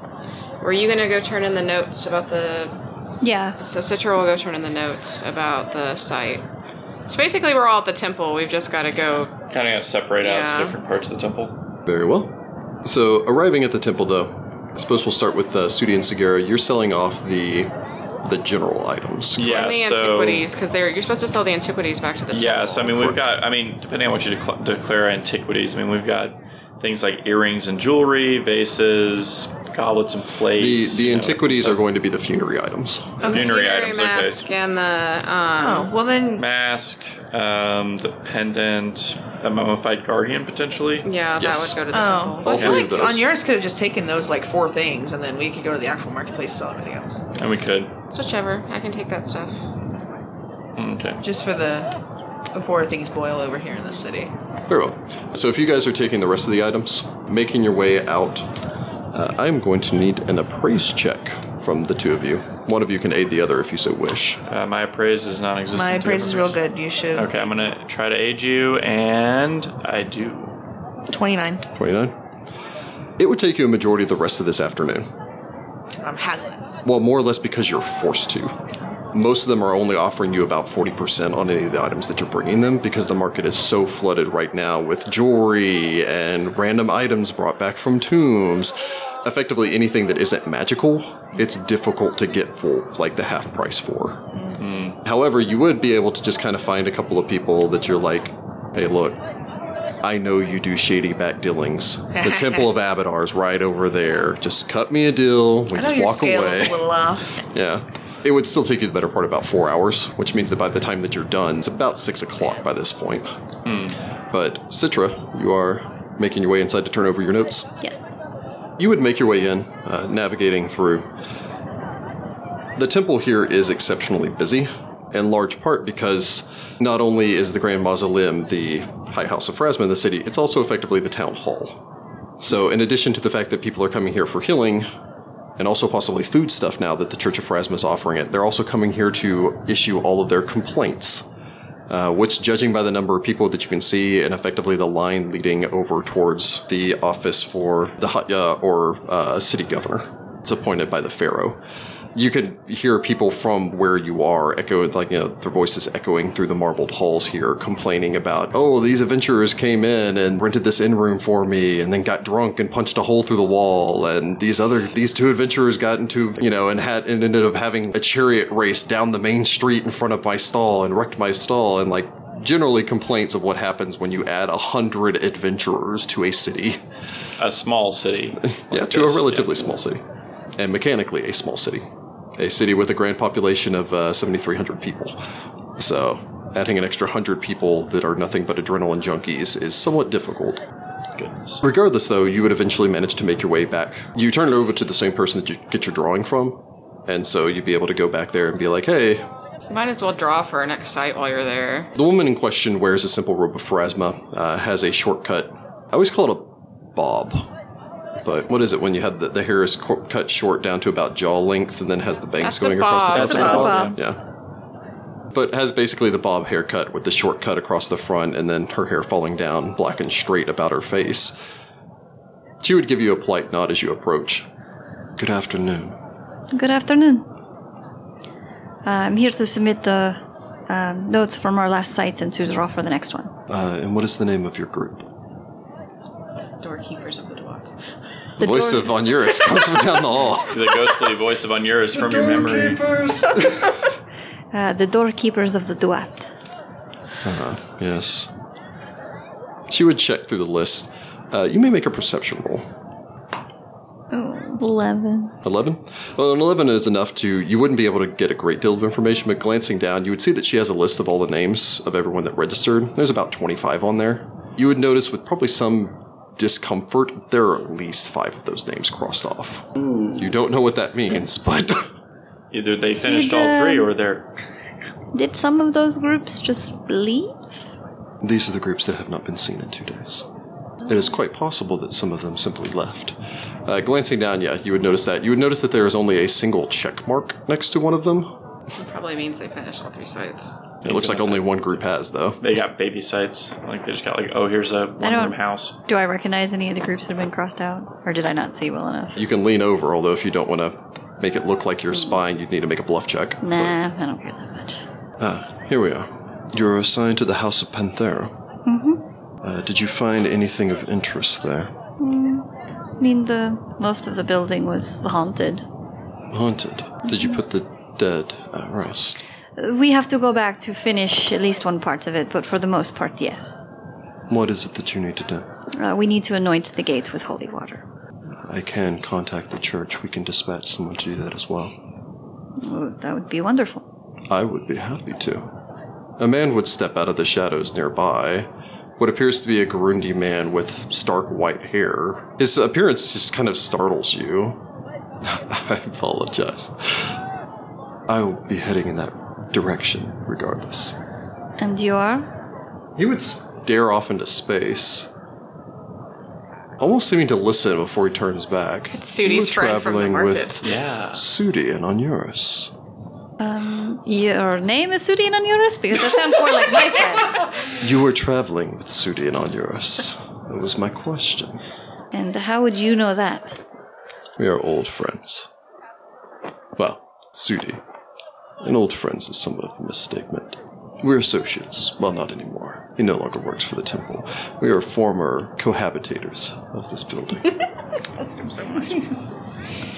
S1: Were you gonna go turn in the notes about the?
S2: Yeah.
S1: So Citra will go turn in the notes about the site. So basically, we're all at the temple. We've just got to go.
S3: Kind of gonna separate out
S1: Yeah.
S3: to different parts of the temple.
S5: Very well. So, arriving at the temple, though, I suppose we'll start with uh, Sudi and Sagara. You're selling off the the general items.
S3: Yeah.
S1: the
S3: so
S1: antiquities because they're you're supposed to sell the antiquities back to the temple.
S3: yeah. So I mean, we've
S5: Correct.
S3: got. I mean, depending on what you decl- declare antiquities, I mean, we've got things like earrings and jewelry, vases, goblets and
S5: The
S3: plates.
S5: the
S3: you know,
S5: antiquities
S3: stuff.
S5: are going to be the funerary items.
S3: Funerary
S1: Oh, Funerary
S3: items.
S1: mask
S3: Okay.
S1: and the um,
S4: Oh well, then
S3: Mask, um, the pendant, a mummified guardian potentially.
S1: yeah,
S5: Yes.
S1: that would go to the
S4: Oh,
S1: temple.
S4: well, I
S5: All
S4: feel
S5: three of
S4: like
S5: those.
S4: on yours could have just taken those like four things, and then we could go to the actual marketplace and sell everything else.
S3: And we could.
S1: It's whichever. I can take that stuff.
S3: Okay.
S4: Just for the before things boil over here in the city.
S5: Very well. So, if you guys are taking the rest of the items, making your way out, uh, I'm going to need an appraise check from the two of you. One of you can aid the other if you so wish.
S3: Uh, my appraise is non-existent.
S4: My
S3: Do you
S4: praise
S3: have
S4: is
S3: a-
S4: real good. You should.
S3: Okay, I'm gonna try to aid you, and I do.
S4: Twenty nine.
S5: 29. It would take you a majority of the rest of this afternoon.
S4: I'm haggling.
S5: Well, more or less because you're forced to. Most of them are only offering you about 40% on any of the items that you're bringing them because the market is so flooded right now with jewelry and random items brought back from tombs. Effectively, anything that isn't magical, it's difficult to get for like the half price for.
S4: Mm-hmm.
S5: However, you would be able to just kind of find a couple of people that you're like, hey, look, I know you do shady back dealings. The Temple of Abadar is right over there. Just cut me a deal. We
S4: I know
S5: just
S4: your
S5: walk
S4: scale
S5: away.
S4: is a little off.
S5: Yeah. It would still take you the better part of about four hours, which means that by the time that you're done, it's about six o'clock by this point. But Citra, you are making your way inside to turn over your notes.
S2: Yes.
S5: You would make your way in, uh, navigating through. The temple here is exceptionally busy, in large part because not only is the Grand Mausoleum the High House of Phrasma in the city, it's also effectively the town hall. So, in addition to the fact that people are coming here for healing, and also possibly food stuff now that the Church of Phrasma is offering it, they're also coming here to issue all of their complaints. Uh, which, judging by the number of people that you can see, and effectively the line leading over towards the office for the Hatya or uh, city governor, it's appointed by the pharaoh. You could hear people from where you are echo, like you know, their voices echoing through the marbled halls here, complaining about, "Oh, these adventurers came in and rented this inn room for me, and then got drunk and punched a hole through the wall, and these other these two adventurers got into you know and had and ended up having a chariot race down the main street in front of my stall and wrecked my stall, and like generally complaints of what happens when you add a hundred adventurers to a city."
S3: A small city.
S5: yeah,
S3: Like
S5: to
S3: this,
S5: a relatively small city, and mechanically a small city, a city with a grand population of uh, 7,300 people. So, adding an extra hundred people that are nothing but adrenaline junkies is somewhat difficult.
S3: yeah. Goodness.
S5: Regardless, though, you would eventually manage to make your way back. You turn it over to the same person that you get your drawing from, and so you'd be able to go back there and be like, "Hey,
S1: Might as well draw for our next site while you're there.
S5: The woman in question wears a simple robe of pharasma, uh, has a shortcut. I always call it a bob. But what is it when you have the, the hair is co- cut short down to about jaw length and then has the bangs
S1: That's a
S5: going across
S1: bob.
S5: the top?
S1: That's
S5: of
S2: a
S5: the
S2: bob.
S5: Yeah. But has basically the bob haircut with the shortcut across the front and then her hair falling down black and straight about her face. She would give you a polite nod as you approach. Good afternoon.
S2: Good afternoon. Uh, I'm here to submit the um, notes from our last site and to draw for the next one.
S5: Uh, and what is the name of your group?
S4: Doorkeepers of the Dwarves.
S5: The, voice
S2: door-
S5: of Von Uris comes from down the hall.
S3: The ghostly voice of Onuris from your memory.
S2: Uh, the doorkeepers of the Duat.
S5: Yes. She would check through the list. Uh, you may make a perception roll.
S2: Eleven.
S5: 11? Well, an 11 is enough to, you wouldn't be able to get a great deal of information, but glancing down, you would see that she has a list of all the names of everyone that registered. There's about 25 on there. You would notice with probably some discomfort, there are at least five of those names crossed off. You don't know what that means, but
S3: Either they finished all
S2: the-
S3: three or they're.
S2: Did some of those groups just leave?
S5: these are the groups that have not been seen in two days. It is quite possible that some of them simply left. Uh, glancing down, yeah, you would notice that. You would notice that there is only a single check mark next to one of them.
S1: Probably means they finished all three sites.
S5: It looks like only one group has, though.
S3: They got baby sites. Like they just got like, oh, here's a one room
S2: don't-
S3: house.
S2: Do I recognize any of the groups that have been crossed out, or did I not see well enough?
S5: You can lean over, although if you don't want to make it look like you're spying, you'd need to make a bluff check.
S2: Nah, I don't care that much.
S5: Ah, here we are. You're assigned to the House of Panthera. Mm-hmm. Uh, did you find anything of interest there?
S2: I mean, the most of the building was haunted.
S5: Haunted. Did you put the dead at rest?
S2: Uh, We have to go back to finish at least one part of it, but for the most part, yes.
S5: What is it that you need to do?
S2: Uh, we need to anoint the gates with holy water.
S5: I can contact the church. We can dispatch someone to do that as well.
S2: Ooh, that would be wonderful.
S5: I would be happy to. A man would step out of the shadows nearby. What appears to be a Gurundi man with stark white hair. His appearance just kind of startles you. I apologize. I will be heading in that direction regardless.
S2: And you are?
S5: He would stare off into space, almost seeming to listen before he turns back.
S1: It's
S5: He
S1: Sudi's
S5: was
S1: friend from the
S5: traveling
S1: market.
S3: Yeah.
S5: Sudi and Onuris.
S2: Um, your name is Sudin Onuris? Because that sounds more like my friends.
S5: You were traveling with Sudi and Onuris. That was my question.
S2: And how would you know that?
S5: We are old friends. Well, Sudi. An old friends is somewhat of a misstatement. We're associates. Well, not anymore. He no longer works for the temple. We are former cohabitators of this building.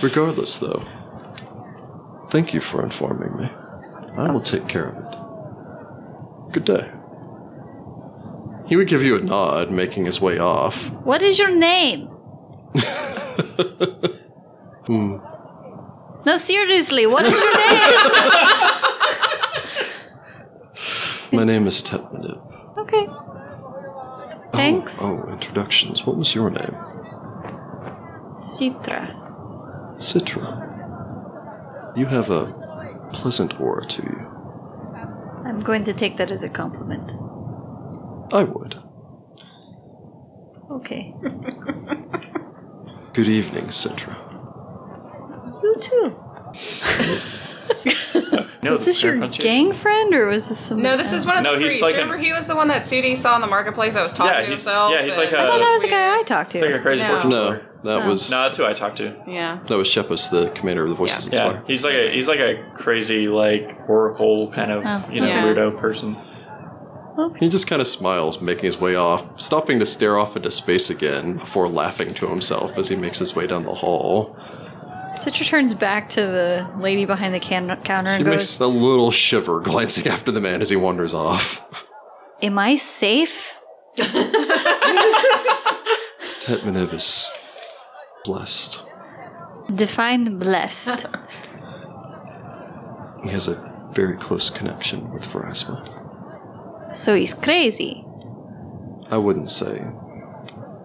S5: Regardless, though, thank you for informing me. I will take care of it. Good day. He would give you a nod, making his way off.
S2: What is your name? No, seriously, what is your name?
S5: My name is Tetmanib.
S2: okay. Thanks.
S5: Oh, oh, introductions. What was your name?
S2: Sitra.
S5: Citra. You have a pleasant aura to you.
S2: I'm going to take that as a compliment.
S5: I would.
S2: Okay.
S5: Good evening, Citra.
S2: You too.
S3: No,
S2: Is this
S3: fair
S2: your
S3: pronunciation.
S2: gang friend or was this some? Oh.
S1: No, this is one of
S3: No,
S1: the
S3: he's
S1: priests.
S3: like a-
S1: Remember, he was the one that Sudi saw in the marketplace that was talking
S3: Yeah,
S1: to
S3: he's-
S1: himself.
S3: yeah, he's
S1: and-
S3: like a-
S2: I thought that was the
S1: Weird.
S2: guy I talked
S3: Uh, It's like a
S2: to.
S3: crazy
S1: No.
S3: fortune.
S5: No,
S3: teller.
S5: that
S2: Oh.
S5: was
S3: No, that's who I talked to.
S1: Yeah.
S5: that was Shepus, the commander of the Voices
S1: Yeah.
S5: yeah.
S3: Yeah, he's like a he's like a crazy like oracle kind of
S2: Oh,
S3: you know
S1: okay.
S3: weirdo person.
S5: He just kind of smiles, making his way off, stopping to stare off into space again before laughing to himself as he makes his way down the hall.
S2: Citra turns back to the lady behind the can- counter
S5: She
S2: and
S5: makes
S2: goes,
S5: a little shiver, glancing after the man as he wanders off.
S2: "Am I safe?"
S5: Tetmanib is blessed.
S2: Define blessed.
S5: He has a very close connection with Verasma.
S2: so he's crazy.
S5: I wouldn't say.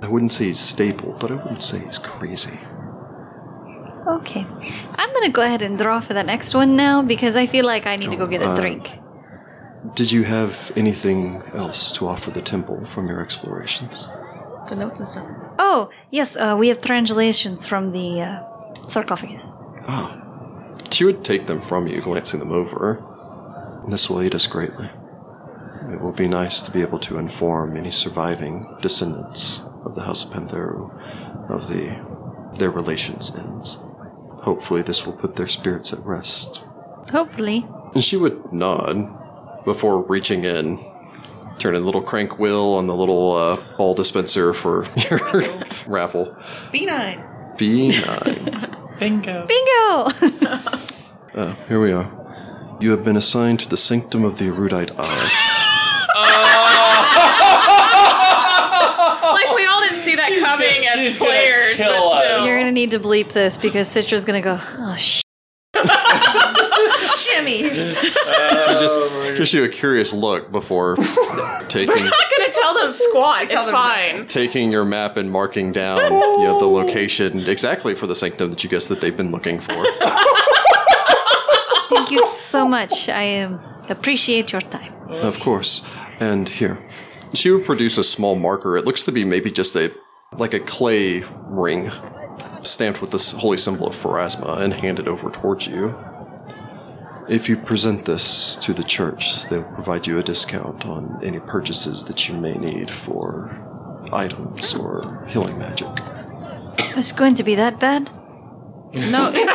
S5: I wouldn't say he's stable, but I wouldn't say he's crazy.
S2: Okay, I'm gonna go ahead and draw for that next one now because I feel like I need to go get a
S5: Uh,
S2: drink.
S5: Did you have anything else to offer the temple from your explorations?
S4: The notes and stuff.
S2: Oh yes, uh, we have translations from the uh, sarcophagus.
S5: She would take them from you, glancing them over. This will aid us greatly. It will be nice to be able to inform any surviving descendants of the House of Pantheru of the their relations ends. Hopefully, this will put their spirits at rest.
S2: Hopefully,
S5: And she would nod before reaching in, turning the little crank wheel on the little uh, ball dispenser for your raffle.
S4: B9.
S5: B9.
S3: Bingo.
S2: bingo.
S5: Uh, here we are. You have been assigned to the Sanctum of the Erudite Eye.
S1: Like we all didn't see that coming as
S3: she's gonna
S1: players,
S3: kill
S1: but
S3: us.
S1: still.
S2: You're gonna need to bleep this because Citra's gonna go, oh sh.
S4: Shimmies.
S5: she just
S1: Oh
S5: gives you a curious look before taking
S1: I'm not gonna tell them squat. It's
S4: tell them
S1: fine.
S5: taking your map and marking down you know, the location exactly for the sanctum that you guess that they've been looking for.
S2: Thank you so much. I um, appreciate your time.
S5: Of course. And here. She would produce a small marker. It looks to be maybe just a like a clay ring stamped with this holy symbol of Pharasma and hand it over towards you. If you present this to the church, they'll provide you a discount on any purchases that you may need for items or healing magic.
S2: It's going to be that bad?
S4: no, it's,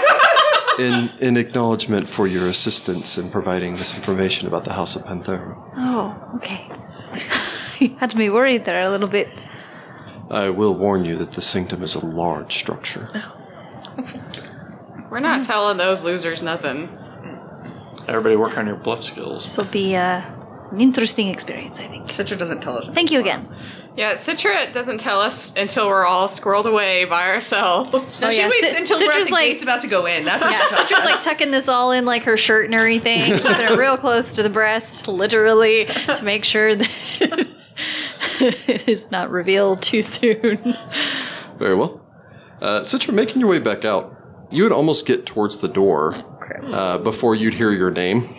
S5: In in acknowledgement for your assistance in providing this information about the House of Panthera.
S2: Oh, okay. you had me worried there a little bit.
S5: I will warn you that the sanctum is a large structure.
S1: We're not telling those losers nothing.
S3: Everybody work on your bluff skills.
S2: This will be uh, an interesting experience, I think.
S4: Citra doesn't tell us.
S2: Thank you again.
S1: Yeah, Citra doesn't tell us until we're all squirreled away by ourselves.
S4: So she
S2: yeah,
S4: waits
S2: Cit-
S4: until we're at
S2: Citra's
S4: the
S2: like-
S4: gate's about to go in. That's what
S2: Yeah,
S4: she tells
S2: Citra's like tucking this all in like her shirt and everything, keeping it real close to the breast, literally, to make sure that it is not revealed too soon.
S5: Very well. Uh, since you're making your way back out, you would almost get towards the door uh, before you'd hear your name.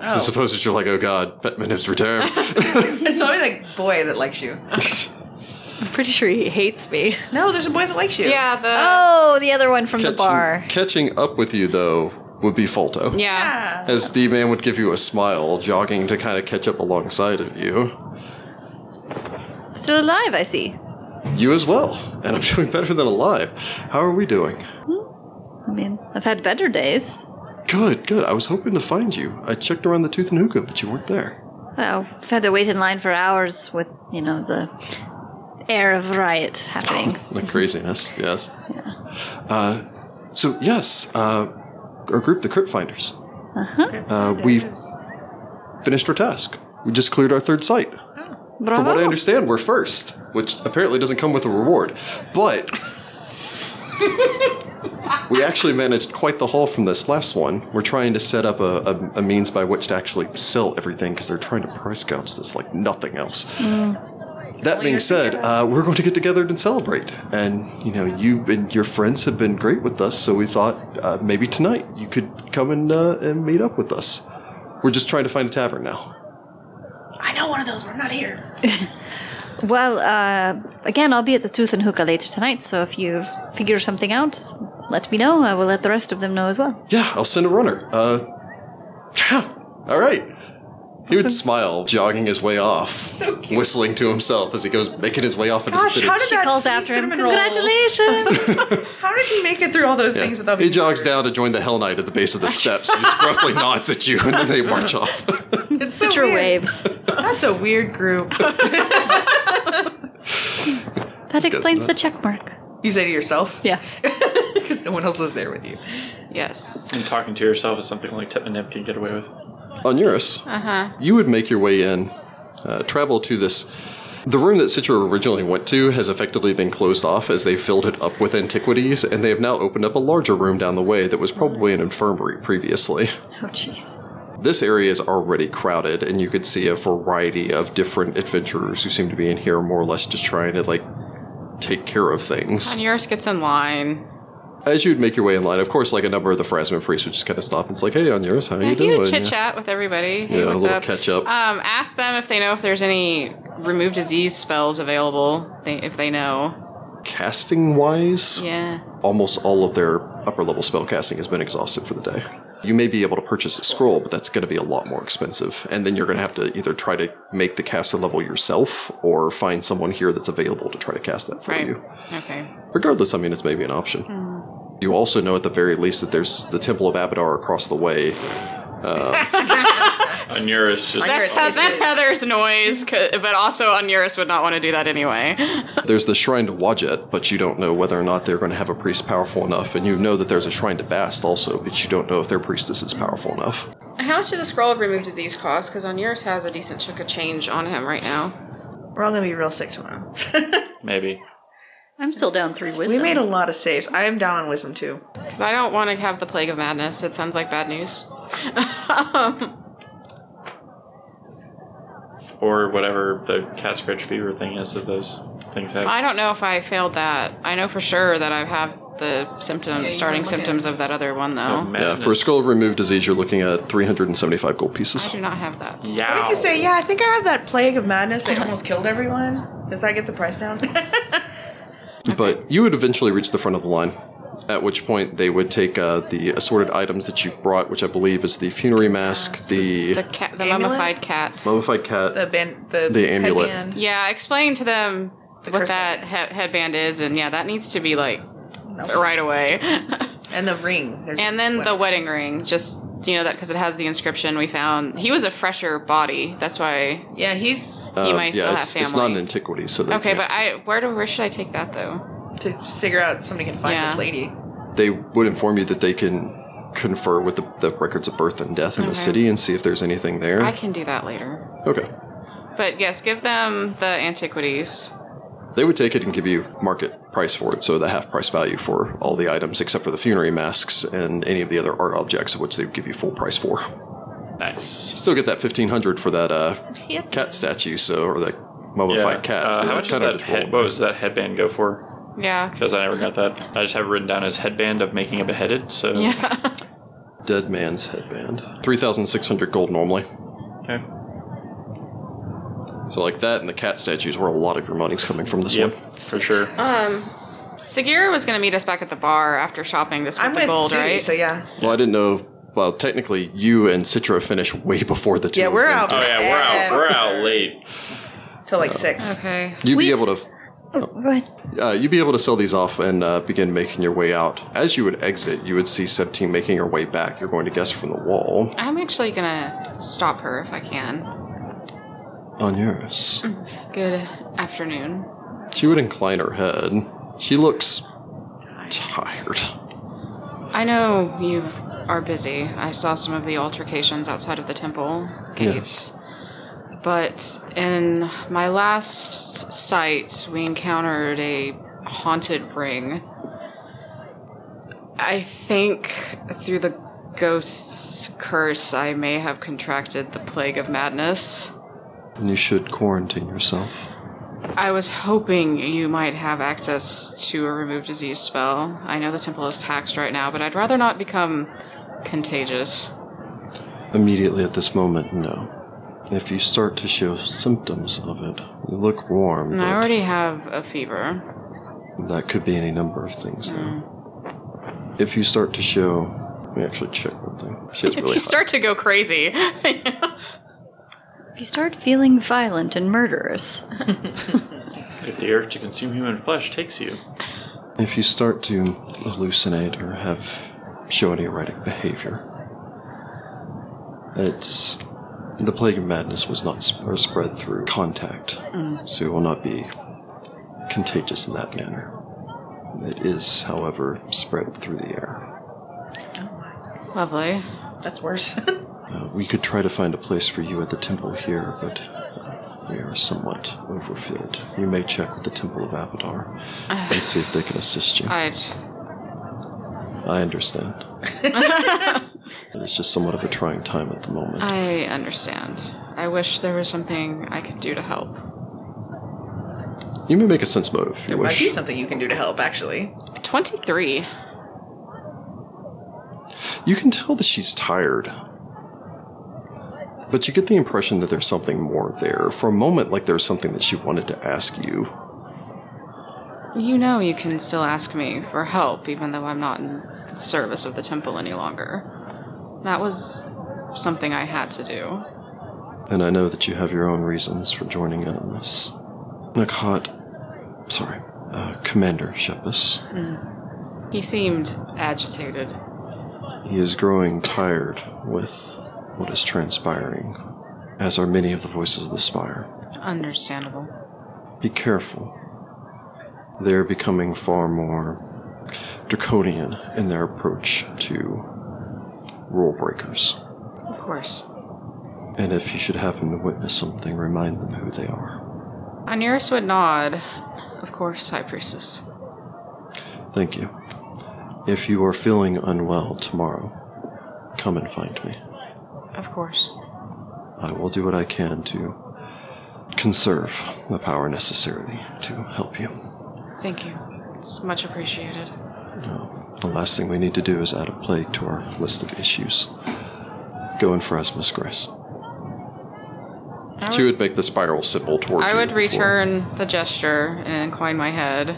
S5: I suppose that you're like, oh god, Batman's returned.
S4: It's only like boy that likes you.
S2: I'm pretty sure he hates me.
S4: No, there's a boy that likes you.
S1: Yeah, the
S2: Oh, the other one from the bar.
S5: catching up with you, though, would be Falto.
S1: yeah.
S4: Ah.
S5: As the man would give you a smile, jogging to kind of catch up alongside of you.
S2: Still alive, I see.
S5: You as well. And I'm doing better than alive. How are we doing?
S2: I mean, I've had better days.
S5: Good, good. I was hoping to find you. I checked around the Tooth and Hookah, but you weren't there.
S2: Well, I've had to wait in line for hours with, you know, the air of riot happening.
S5: the craziness. Yes. Uh, so yes, uh, our group, the Crypt Finders. Uh, we finished our task. We just cleared our third site. From what I
S2: Bravo.
S5: understand, we're first, which apparently doesn't come with a reward. But we actually managed quite the haul from this last one. We're trying to set up a, a, a means by which to actually sell everything because they're trying to price gouge this like nothing else. That being said, uh, we're going to get together and celebrate. And you know, you and your friends have been great with us, so we thought uh, maybe tonight you could come and uh, and meet up with us. We're just trying to find a tavern now.
S4: I know one of those. We're not here.
S2: Well, uh, again, I'll be at the Tooth and Hookah later tonight, so if you figure something out, let me know. I will let the rest of them know as well.
S5: Yeah, I'll send a runner. Uh, yeah, all right. He would smile, jogging his way off,
S4: So cute.
S5: whistling to himself as he goes making his way off into the
S4: Gosh,
S5: city.
S4: how did
S2: She
S4: that
S2: calls
S4: sweet
S2: after him,
S4: cinnamon roll-
S2: Congratulations!
S4: How did he make it through all those
S5: Yeah.
S4: things without?
S5: he
S4: being
S5: jogs
S4: murdered?
S5: down to join the Hell Knight at the base of the steps and just gruffly nods at you, and then they march off.
S4: It's so
S2: Citra
S4: weird.
S2: waves.
S4: That's a weird group.
S2: That explains
S5: not.
S2: the check mark.
S4: you say to yourself.
S2: Yeah.
S4: Because no one else is there with you.
S1: Yes.
S3: And talking to yourself is something like Tip and Nip can get away with.
S5: On Eurus,
S4: Uh-huh.
S5: you would make your way in, uh, travel to this. The room that Citra originally went to has effectively been closed off as they filled it up with antiquities, and they have now opened up a larger room down the way that was probably an infirmary previously.
S2: Oh, jeez.
S5: This area is already crowded, and you could see a variety of different adventurers who seem to be in here more or less just trying to, like, take care of things.
S1: And yours gets in line.
S5: As you'd make your way in line, of course, like a number of the Phrasman priests would just kind of stop and it's like, hey, on yours, how you
S1: Yeah,
S5: doing?
S1: you chit chat with everybody. Hey,
S5: Yeah, a
S1: what's
S5: little
S1: up?
S5: catch up.
S1: Um, ask them if they know if there's any remove disease spells available. They, if they know.
S5: Casting wise,
S1: Yeah.
S5: almost all of their upper level spell casting has been exhausted for the day. You may be able to purchase a scroll, but that's going to be a lot more expensive. And then you're going to have to either try to make the caster level yourself or find someone here that's available to try to cast that for
S1: Right.
S5: you.
S1: Okay.
S5: Regardless, I mean, it's maybe an option.
S1: Hmm.
S5: You also know at the very least that there's the Temple of Abadar across the way.
S3: Onuris just.
S1: That's, how,
S4: this
S1: that's
S4: is-
S1: Heather's noise, 'cause- but also Onuris would not want to do that anyway.
S5: There's the shrine to Wajet, but you don't know whether or not they're going to have a priest powerful enough, and you know that there's a shrine to Bast also, but you don't know if their priestess is powerful enough.
S1: How much did the scroll of remove disease cost? Because Onuris has a decent chunk of change on him right now.
S4: We're all gonna be real sick tomorrow.
S3: Maybe.
S2: I'm still down three
S4: we
S2: wisdom.
S4: made a lot of saves. I am down on wisdom too.
S1: Because I don't want to have the plague of madness. It sounds like bad news.
S3: Or whatever the cat scratch fever thing is that those things have.
S1: I don't know if I failed that. I know for sure that I've had the symptoms,
S4: you
S1: starting
S4: don't look at
S1: symptoms of that other one
S3: Oh,
S1: though.
S5: Yeah, for a
S3: madness.
S5: skull of removed disease, you're looking at 375 gold pieces.
S1: I do not have that.
S3: Yow.
S4: What did you say? Yeah, I think I have that plague of madness that almost killed everyone. Does that get the price down?
S5: But you would eventually reach the front of the line, at which point they would take uh, the assorted items that you brought, which I believe is the funerary mask, the,
S1: The cat, the
S4: Amulet?
S1: mummified cat.
S5: mummified cat.
S4: the band, the,
S5: The amulet.
S4: headband.
S1: Yeah, explain to them
S4: The
S1: what
S4: curse
S1: that he- headband is, and yeah, that needs to be like
S4: No.
S1: right away.
S4: and the ring. There's
S1: and then the
S4: one.
S1: wedding ring, just you know that because it has the inscription we found. He was a fresher body, that's why.
S4: yeah, he
S5: Um,
S1: might still
S5: yeah,
S1: have
S5: it's, it's not
S1: family.
S5: an antiquity, so they
S1: Okay,
S5: can't-
S1: but I where do where should I take that though?
S4: to figure out somebody can find
S1: Yeah.
S4: this lady.
S5: they would inform you that they can confer with the, the records of birth and death in the
S1: Okay.
S5: city and see if there's anything there.
S1: I can do that later.
S5: Okay.
S1: But yes, give them the antiquities.
S5: They would take it and give you market price for it, so the half price value for all the items except for the funerary masks and any of the other art objects, of which they would give you full price for.
S3: Nice.
S5: Still get that fifteen hundred for that uh, cat statue, so or that mummified cat.
S3: Uh,
S5: So
S3: how
S5: that
S3: much does
S5: kinda
S3: that
S5: just
S3: head,
S5: rolled.
S3: what does that headband go for?
S1: Yeah.
S3: Because I never got that. I just have it written down as headband of making a beheaded. So
S1: Yeah.
S5: Dead man's headband. Three thousand six hundred gold normally.
S3: okay.
S5: So like that and the cat statues where a lot of your money's coming from this one.
S3: Yep, for sure.
S1: um Sagira was gonna meet us back at the bar after shopping to split
S4: I'm
S1: the
S4: with
S1: gold,
S4: Sudi,
S1: right?
S4: so yeah,
S5: Well, I didn't know. Well, technically, you and Citra finish way before the two.
S4: Yeah,
S5: of
S4: we're
S5: them
S4: out.
S5: do.
S3: Oh yeah, we're out. We're out late.
S4: till like six.
S1: Okay.
S5: You'd be
S2: We-
S5: able to.
S2: Right.
S5: Uh, you'd be able to sell these off and uh, begin making your way out. As you would exit, you would see Septine making her way back. You're going to guess from the wall.
S1: I'm actually gonna stop her if I can.
S5: On yours.
S1: Good afternoon.
S5: She would incline her head. She looks tired.
S1: I know you are busy. I saw some of the altercations outside of the temple gates. But in my last sight, we encountered a haunted ring. I think through the ghost's curse, I may have contracted the plague of madness.
S5: And you should quarantine yourself.
S1: I was hoping you might have access to a remove disease spell. I know the temple is taxed right now, but I'd rather not become contagious.
S5: Immediately at this moment, no. If you start to show symptoms of it, you look warm.
S1: And
S5: but
S1: I already have a fever.
S5: That could be any number of things, though. If you start to show. Let me actually check one thing. She has really
S1: you
S5: high-
S1: start to go crazy.
S2: If you start feeling violent and murderous,
S3: If the urge to consume human flesh takes you,
S5: If you start to hallucinate or have show any erratic behavior, it's the plague of madness was not sp- or spread through contact,
S1: Mm.
S5: so it will not be contagious in that manner. It is, however, spread through the air.
S1: Lovely.
S4: That's worse.
S5: Uh, we could try to find a place for you at the temple here, but uh, we are somewhat overfilled. You may check with the temple of Abadar and see if they can assist you.
S1: I'd.
S5: I understand. it's just somewhat of a trying time at the moment.
S1: I understand. I wish there was something I could do to help.
S5: you may make a sense motive if you
S4: Might be
S5: wish.
S4: something you can do to help, actually.
S1: 23.
S5: You can tell that she's tired. But you get the impression that there's something more there. For a moment, like there's something that she wanted to ask you.
S1: You know you can still ask me for help, even though I'm not in the service of the temple any longer. That was something I had to do.
S5: And I know that you have your own reasons for joining in on this. Nakat. Sorry. Uh, Commander Shepus.
S1: He seemed agitated.
S5: He is growing tired with what is transpiring, as are many of the voices of the spire.
S1: Understandable.
S5: Be careful. They're becoming far more draconian in their approach to rule breakers.
S1: Of course.
S5: And if you should happen to witness something, remind them who they are.
S1: Aniris would nod. Of course, High Priestess.
S5: Thank you. If you are feeling unwell tomorrow, come and find me.
S1: Of course.
S5: I will do what I can to conserve the power necessary to help you.
S1: Thank you. It's much appreciated.
S5: Uh, the last thing we need to do is add a plague to our list of issues. Go in for us, Miss Grace.
S1: I
S5: She would make the spiral symbol towards
S1: I
S5: you
S1: would
S5: for-
S1: return the gesture and incline my head.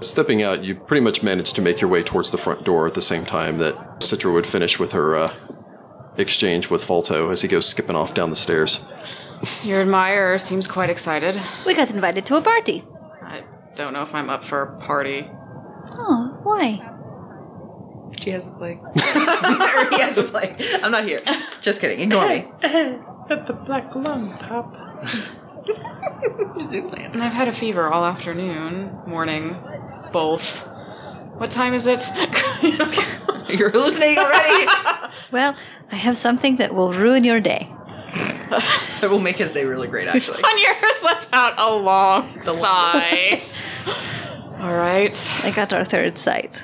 S5: Stepping out, you pretty much managed to make your way towards the front door at the same time that Citra would finish with her uh, exchange with Falto as he goes skipping off down the stairs.
S1: Your admirer seems quite excited.
S2: We got invited to a party.
S1: I don't know if I'm up for a party.
S2: Oh, why?
S4: She has a play. he has a play. I'm not here. Just kidding. Ignore me.
S6: At the black lung pop.
S4: Zoolander.
S1: I've had a fever all afternoon, morning, both. What time is it?
S4: You're hallucinating already.
S2: Well, I have something that will ruin your day.
S4: that will make his day really great, actually.
S1: Aniris lets out a long
S4: The
S1: sigh. all right.
S2: I got our third sight.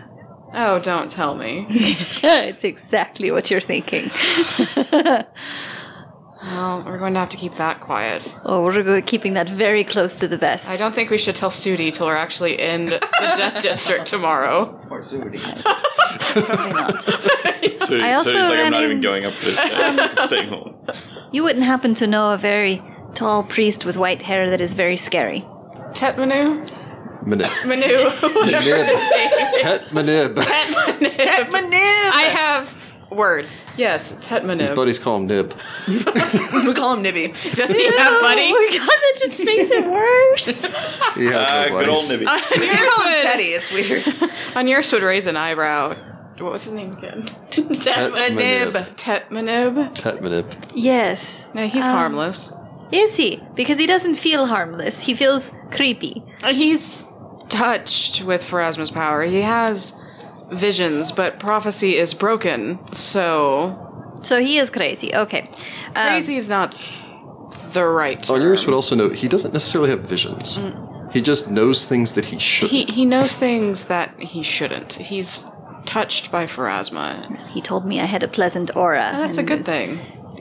S1: Oh, don't tell me.
S2: it's exactly what you're thinking.
S1: Well, we're going to have to keep that quiet.
S2: oh, we're go- keeping that very close to the vest.
S1: I don't think we should tell Sudi till we're actually in the Death District tomorrow.
S2: Probably not.
S3: So,
S2: I
S3: so
S2: also
S3: he's like, I'm
S2: ran
S3: not even
S2: in-
S3: going up for this. I'm staying home.
S2: You wouldn't happen to know a very tall priest with white hair that is very scary.
S1: Tet Manu?
S5: Manib.
S1: Manu, whatever his name is.
S5: Tet Manib.
S1: Tet Manu. I have words. Yes, Tetmanib.
S5: Buddies call him Nib.
S4: we call him Nibby.
S1: Does he have buddies?
S2: Oh my god, that just makes it worse.
S5: He has
S3: Ah,
S5: no
S3: good old
S5: buddies.
S3: Nibby.
S4: You call him Teddy.
S1: Aniris
S4: It's weird.
S1: would, Aniris would raise an eyebrow. What was his name again? Tet-
S4: A
S5: Manib.
S4: nib.
S1: Tetmanib.
S5: Tet Manib.
S2: yes.
S1: No, he's harmless.
S2: Is he? Because he doesn't feel harmless. He feels creepy.
S1: He's touched with Pharasma's power. He has visions, but prophecy is broken, so
S2: So he is crazy. Okay. Um,
S1: crazy is not the right term.
S5: Onuris would also note he doesn't necessarily have visions. He just knows things that Mm. he shouldn't.
S1: He he knows things that he shouldn't. He's touched by Pharasma.
S2: He told me I had a pleasant aura.
S1: That's a
S2: and
S1: good
S2: was-
S1: thing.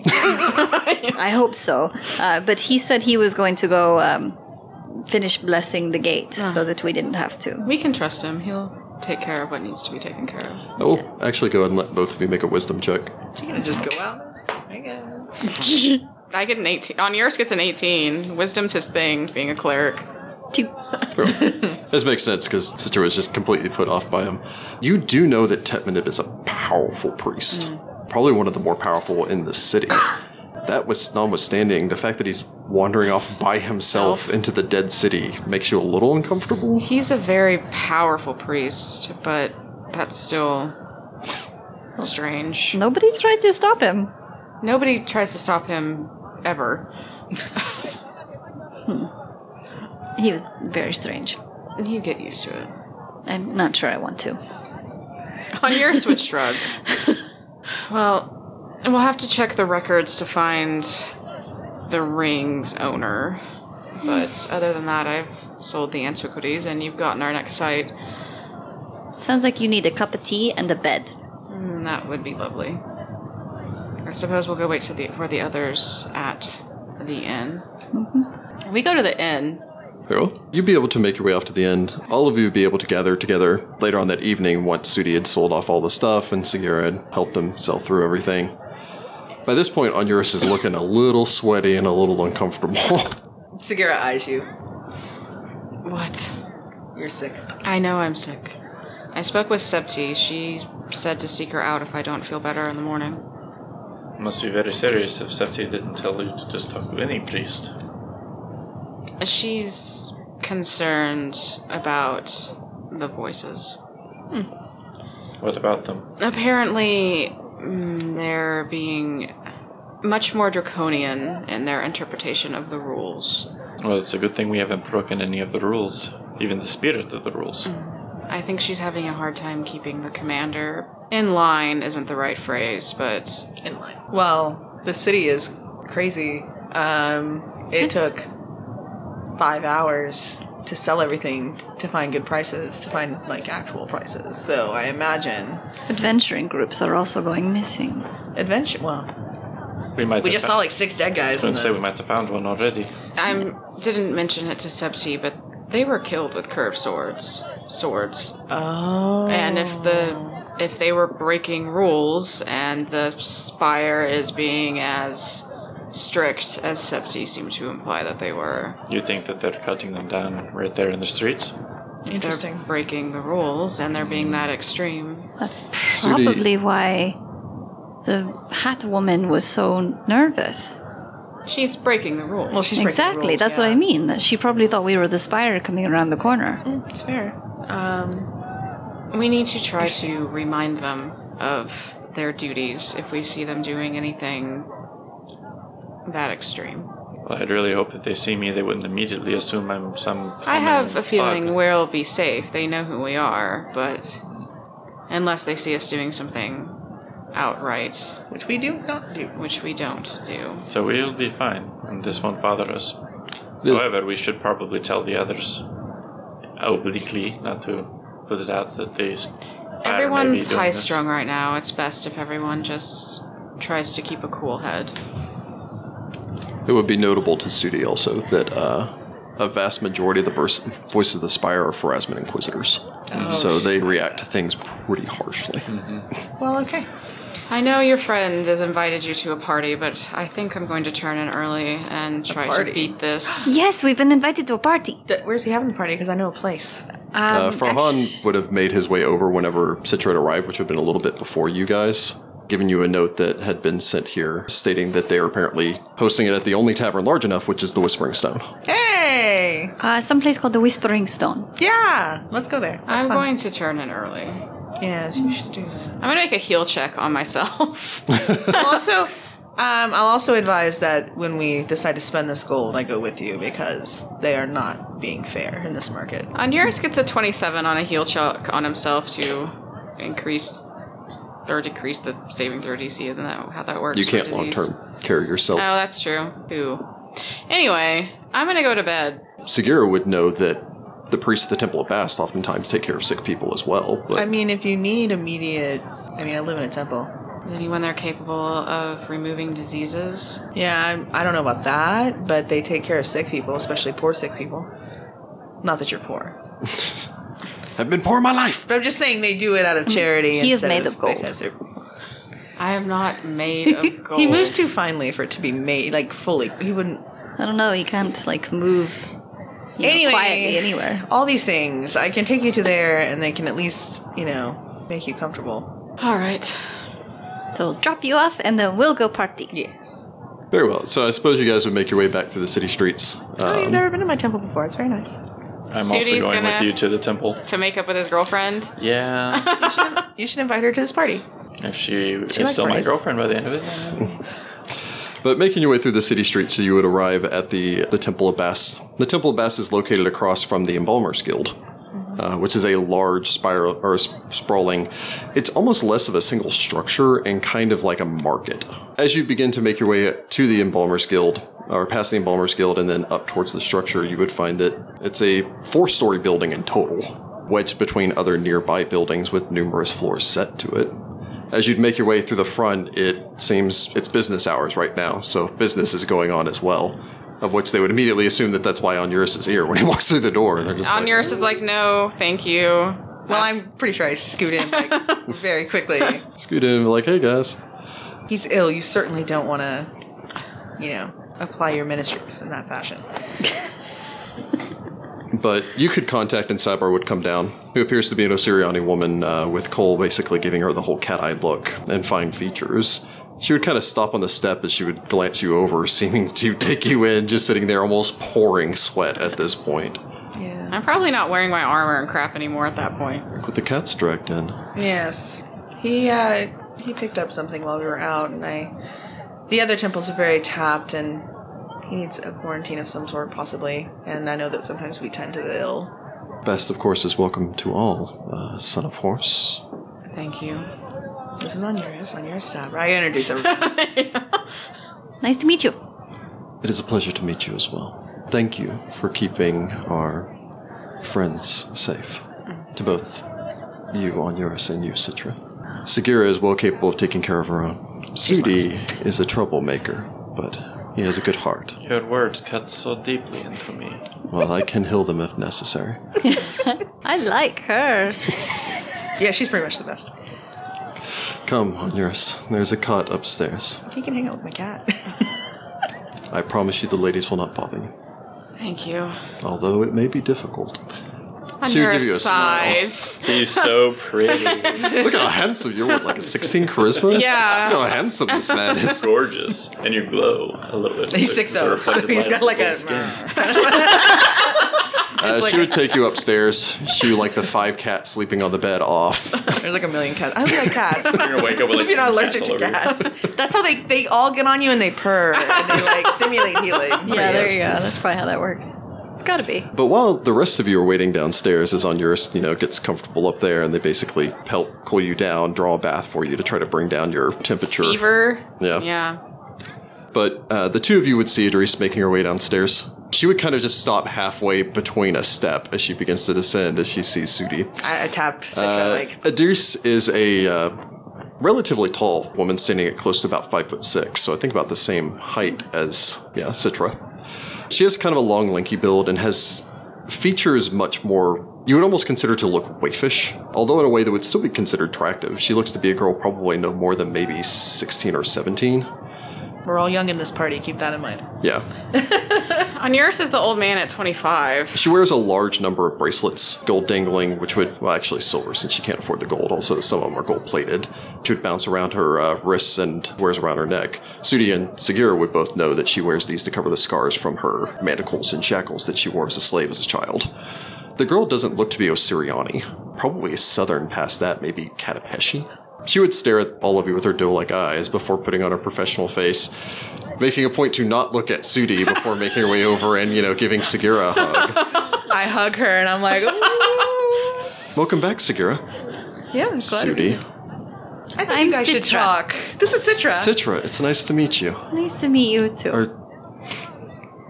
S2: I hope so. Uh, but he said he was going to go um, finish blessing the gate so that we didn't have to.
S1: We can trust him. He'll take care of what needs to be taken care of.
S5: oh, actually, go ahead and let both of you make a wisdom check.
S4: She's gonna just go out. I guess.
S1: I get an 18. On yours gets an 18. Wisdom's his thing, being a cleric.
S2: Two.
S5: This makes sense because Citra was just completely put off by him. You do know that Tetmanib is a powerful priest, probably one of the more powerful in the city. that was notwithstanding, the fact that he's wandering off by himself
S1: Self. Mm.
S5: into the dead city makes you a little uncomfortable.
S1: He's a very powerful priest, but that's still strange.
S2: Nobody tried to stop him.
S1: Nobody tries to stop him ever.
S2: He was very strange.
S1: You get used to it.
S2: I'm not sure I want to.
S1: On yours would shrug. Well, we'll have to check the records to find the ring's owner. But other than that, I've sold the antiquities and you've gotten our next site.
S2: Sounds like you need a cup of tea and a bed.
S1: Mm, that would be lovely. I suppose we'll go wait to the, for the others at the inn. Mm-hmm. We go to the inn.
S5: Very well. You'd be able to make your way off to the end. All of you would be able to gather together later on that evening once Sudi had sold off all the stuff and Segura had helped him sell through everything. By this point, Onuris is looking a little sweaty and a little uncomfortable.
S4: Segura eyes you.
S1: What?
S4: You're sick.
S1: I know I'm sick. I spoke with Septi. She said to seek her out if I don't feel better in the morning.
S3: Must be very serious if Septi didn't tell you to just talk to any priest.
S1: She's concerned about the voices.
S3: What about them?
S1: Apparently, mm, they're being much more draconian in their interpretation of the rules.
S3: Well, it's a good thing we haven't broken any of the rules, even the spirit of the rules.
S1: I think she's having a hard time keeping the commander in line, isn't the right phrase, but
S4: in line. Well, the city is crazy. Um, it took five hours to sell everything t- to find good prices, to find like actual prices. So I imagine
S2: Adventuring groups are also going missing.
S4: adventure. Well,
S3: We might.
S4: we
S3: have
S4: just
S3: fo-
S4: saw like six dead guys.
S3: I
S4: in
S3: was gonna say
S4: the-
S3: we might have found one already.
S1: I didn't mention it to Subti, but they were killed with curved swords. Swords.
S4: oh,
S1: And if the if they were breaking rules and the spire is being as strict as Sepsi seemed to imply that they were,
S3: You think that they're cutting them down right there in the streets?
S1: if they're
S4: Interesting.
S1: breaking the rules and they're being that extreme.
S2: That's
S5: do you-
S2: probably why the hat woman was so nervous.
S1: She's breaking the rules.
S4: well, she's breaking the
S2: exactly.
S4: rules,
S2: That's what
S4: yeah.
S2: I mean. that She probably thought we were the spire coming around the corner.
S4: It's fair. Um,
S1: we need to try to remind them of their duties if we see them doing anything that extreme.
S3: Well, I'd really hope if they see me, they wouldn't immediately assume I'm some.
S1: I have
S3: common
S1: a feeling
S3: thug.
S1: we'll be safe. They know who we are, but unless they see us doing something outright,
S4: which we do not do.
S1: which we don't do.
S3: So we'll be fine, and this won't bother us.
S5: It is-
S3: However, we should probably tell the others obliquely, not to put it out that they. s- I don't know, maybe
S1: Everyone's
S3: doing
S1: high
S3: this.
S1: strung right now. It's best if everyone just tries to keep a cool head.
S5: It would be notable to Sudi also that uh, a vast majority of the vers- voices of the Spire are Pharasman Inquisitors. so they react to things pretty harshly.
S4: Well, okay.
S1: I know your friend has invited you to a party, but I think I'm going to turn in early and try to
S4: party?
S1: beat this.
S2: Yes, we've been invited to a party.
S4: D- where's he having the party? Because I know a place.
S5: uh, Farhan would have made his way over whenever Citron arrived, which would have been a little bit before you guys, giving you a note that had been sent here stating that they are apparently hosting it at the only tavern large enough, which is the Whispering Stone.
S4: Hey,
S2: Uh, someplace called the Whispering Stone.
S4: yeah, let's go there. That's
S1: I'm
S4: fun.
S1: going to turn in early.
S4: Yes, you should do that.
S1: I'm going to make a heel check on myself.
S4: also, um, I'll also advise that when we decide to spend this gold, I go with you because they are not being fair in this market.
S1: Onuris gets a 27 on a heal check on himself to increase or decrease the saving throw DC. Isn't that how that works?
S5: You
S1: for
S5: can't long
S1: disease?
S5: term carry yourself.
S1: Oh, that's true. Ooh. Anyway, I'm going to go to bed.
S5: Segura would know that the priests of the Temple of Bast oftentimes take care of sick people as well. But
S4: I mean, if you need immediate, I mean, I live in a temple.
S1: Is anyone there capable of removing diseases?
S4: Yeah, I'm, I don't know about that, but they take care of sick people, especially poor sick people. Not that you're poor,
S5: I've been poor my life.
S4: but I'm just saying they do it out of charity.
S2: he is
S4: instead
S2: made of gold.
S4: because they're-
S1: I am not made of gold.
S4: He moves too finely for it to be made like fully. He wouldn't
S2: I don't know. You can't like move you know,
S4: Anyway.
S2: quietly anywhere.
S4: all these things. I can take you to there, and they can at least, you know, make you comfortable.
S1: All right.
S2: So drop you off, and then we'll go party.
S4: Yes.
S5: Very well. So I suppose you guys would make your way back through the city streets.
S4: Oh,
S5: Um,
S4: you've never been to my temple before. It's very nice.
S3: I'm also
S1: Sudi's
S3: going
S1: gonna-
S3: with you to the temple.
S1: To make up with his girlfriend?
S3: Yeah,
S4: You should invite her to this party.
S3: if she, is
S4: likes
S3: still
S4: parties.
S3: my girlfriend by the end of it.
S5: But making your way through the city streets, you would arrive at the the Temple of Bass. The Temple of Bass is located across from the Embalmers Guild, uh, which is a large spiral or s- sprawling. It's almost less of a single structure and kind of like a market. As you begin to make your way to the Embalmers Guild, or past the Embalmers Guild, and then up towards the structure, you would find that it's a four-story building in total, wedged between other nearby buildings with numerous floors set to it. As you'd make your way through the front, it seems it's business hours right now, so business is going on as well. Of which they would immediately assume that that's why Onuris is here when he walks through the door. They're just like,
S1: Onuris is like, no, thank you.
S4: Well, I'm pretty sure I scoot in like, very quickly.
S5: scoot in, like, hey guys.
S4: He's ill. You certainly don't want to, you know, apply your ministries in that fashion.
S5: But you could contact, and Cybar would come down, who appears to be an Osiriani woman uh, with Cole basically giving her the whole cat eye look and fine features. She would kind of stop on the step as she would glance you over, seeming to take you in, just sitting there almost pouring sweat at this point.
S1: I'm probably not wearing my armor and crap anymore at that point.
S5: Look what the cat's dragged in.
S4: Yes. He uh, he picked up something while we were out, and I. The other temples are very tapped, and he needs a quarantine of some sort, possibly. And I know that sometimes we tend to the ill.
S5: Best, of course, is welcome to all, uh, son of horse.
S1: Thank you.
S4: This is on yours, on your side. I introduce everybody.
S2: Nice to meet you.
S5: It is a pleasure to meet you as well. Thank you for keeping our friends safe. To both you, Onuris, and you, Citra. Sagira is well capable of taking care of her own. Sudi is a troublemaker, but he has a good heart.
S7: Your words cut so deeply into me.
S5: Well, I can heal them if necessary.
S2: I like her.
S4: yeah, she's pretty much the best.
S5: Come, Onuris. There's a cot upstairs.
S4: He can hang out with my cat.
S5: I promise you the ladies will not bother you,
S1: Thank you.
S5: although it may be difficult.
S1: On
S5: She would
S1: your
S5: give you a smile.
S1: size.
S3: He's so pretty,
S5: Look how handsome you are. Like a 16 charisma?
S1: Yeah.
S5: Look how handsome this man is.
S3: gorgeous, and you glow a little bit.
S4: He's sick
S3: with the
S4: though, so
S3: reflected
S4: he's
S3: light
S4: got
S3: of
S4: like
S3: his
S4: a.
S3: skin.
S5: Uh, she would take you upstairs. She would like the five cats sleeping on the bed off.
S4: There's like a million cats. I don't like cats.
S3: You're gonna wake up with like
S4: if you're not
S3: 10
S4: allergic
S3: cats
S4: to
S3: all over you.
S4: cats, that's how they they all get on you and they purr and they like simulate healing.
S2: Yeah, there you go. That's probably how that works. It's gotta be.
S5: But while the rest of you are waiting downstairs, as Onuris, you know, gets comfortable up there, and they basically help cool you down, draw a bath for you to try to bring down your temperature.
S1: Fever.
S5: Yeah.
S1: Yeah.
S5: But uh, the two of you would see Idris making her way downstairs. She would kind of just stop halfway between a step as she begins to descend as she sees Sudi.
S4: I, I tap Sisha
S5: Uh,
S4: like
S5: Idris is a uh, relatively tall woman standing at close to about five foot six, so I think about the same height as yeah Citra. She has kind of a long, lanky build and has features much more you would almost consider to look waifish, although in a way that would still be considered attractive. She looks to be a girl probably no more than maybe sixteen or seventeen.
S4: we're all young in this party. Keep that in mind.
S5: Yeah,
S1: On yours is the old man at 25.
S5: She wears a large number of bracelets, gold dangling, which would, well, actually silver since she can't afford the gold, also some of them are gold plated, which would bounce around her uh, wrists and wears around her neck. Sudi and Sagira would both know that she wears these to cover the scars from her manacles and shackles that she wore as a slave as a child. The girl doesn't look to be Osiriani, probably southern past that, maybe Katapeshi. She would stare at all of you with her doe-like eyes before putting on her professional face, making a point to not look at Sudi before making her way over and, you know, giving Sagira a hug.
S4: I hug her and I'm like, "Ooh,
S5: Welcome back, Sagira.
S4: yeah, I'm glad.
S5: Sudi.
S4: I think
S2: I'm
S4: you guys should
S2: Citra.
S4: talk. This is Citra.
S5: Citra, it's nice to meet you.
S2: Nice to meet you too.
S5: Or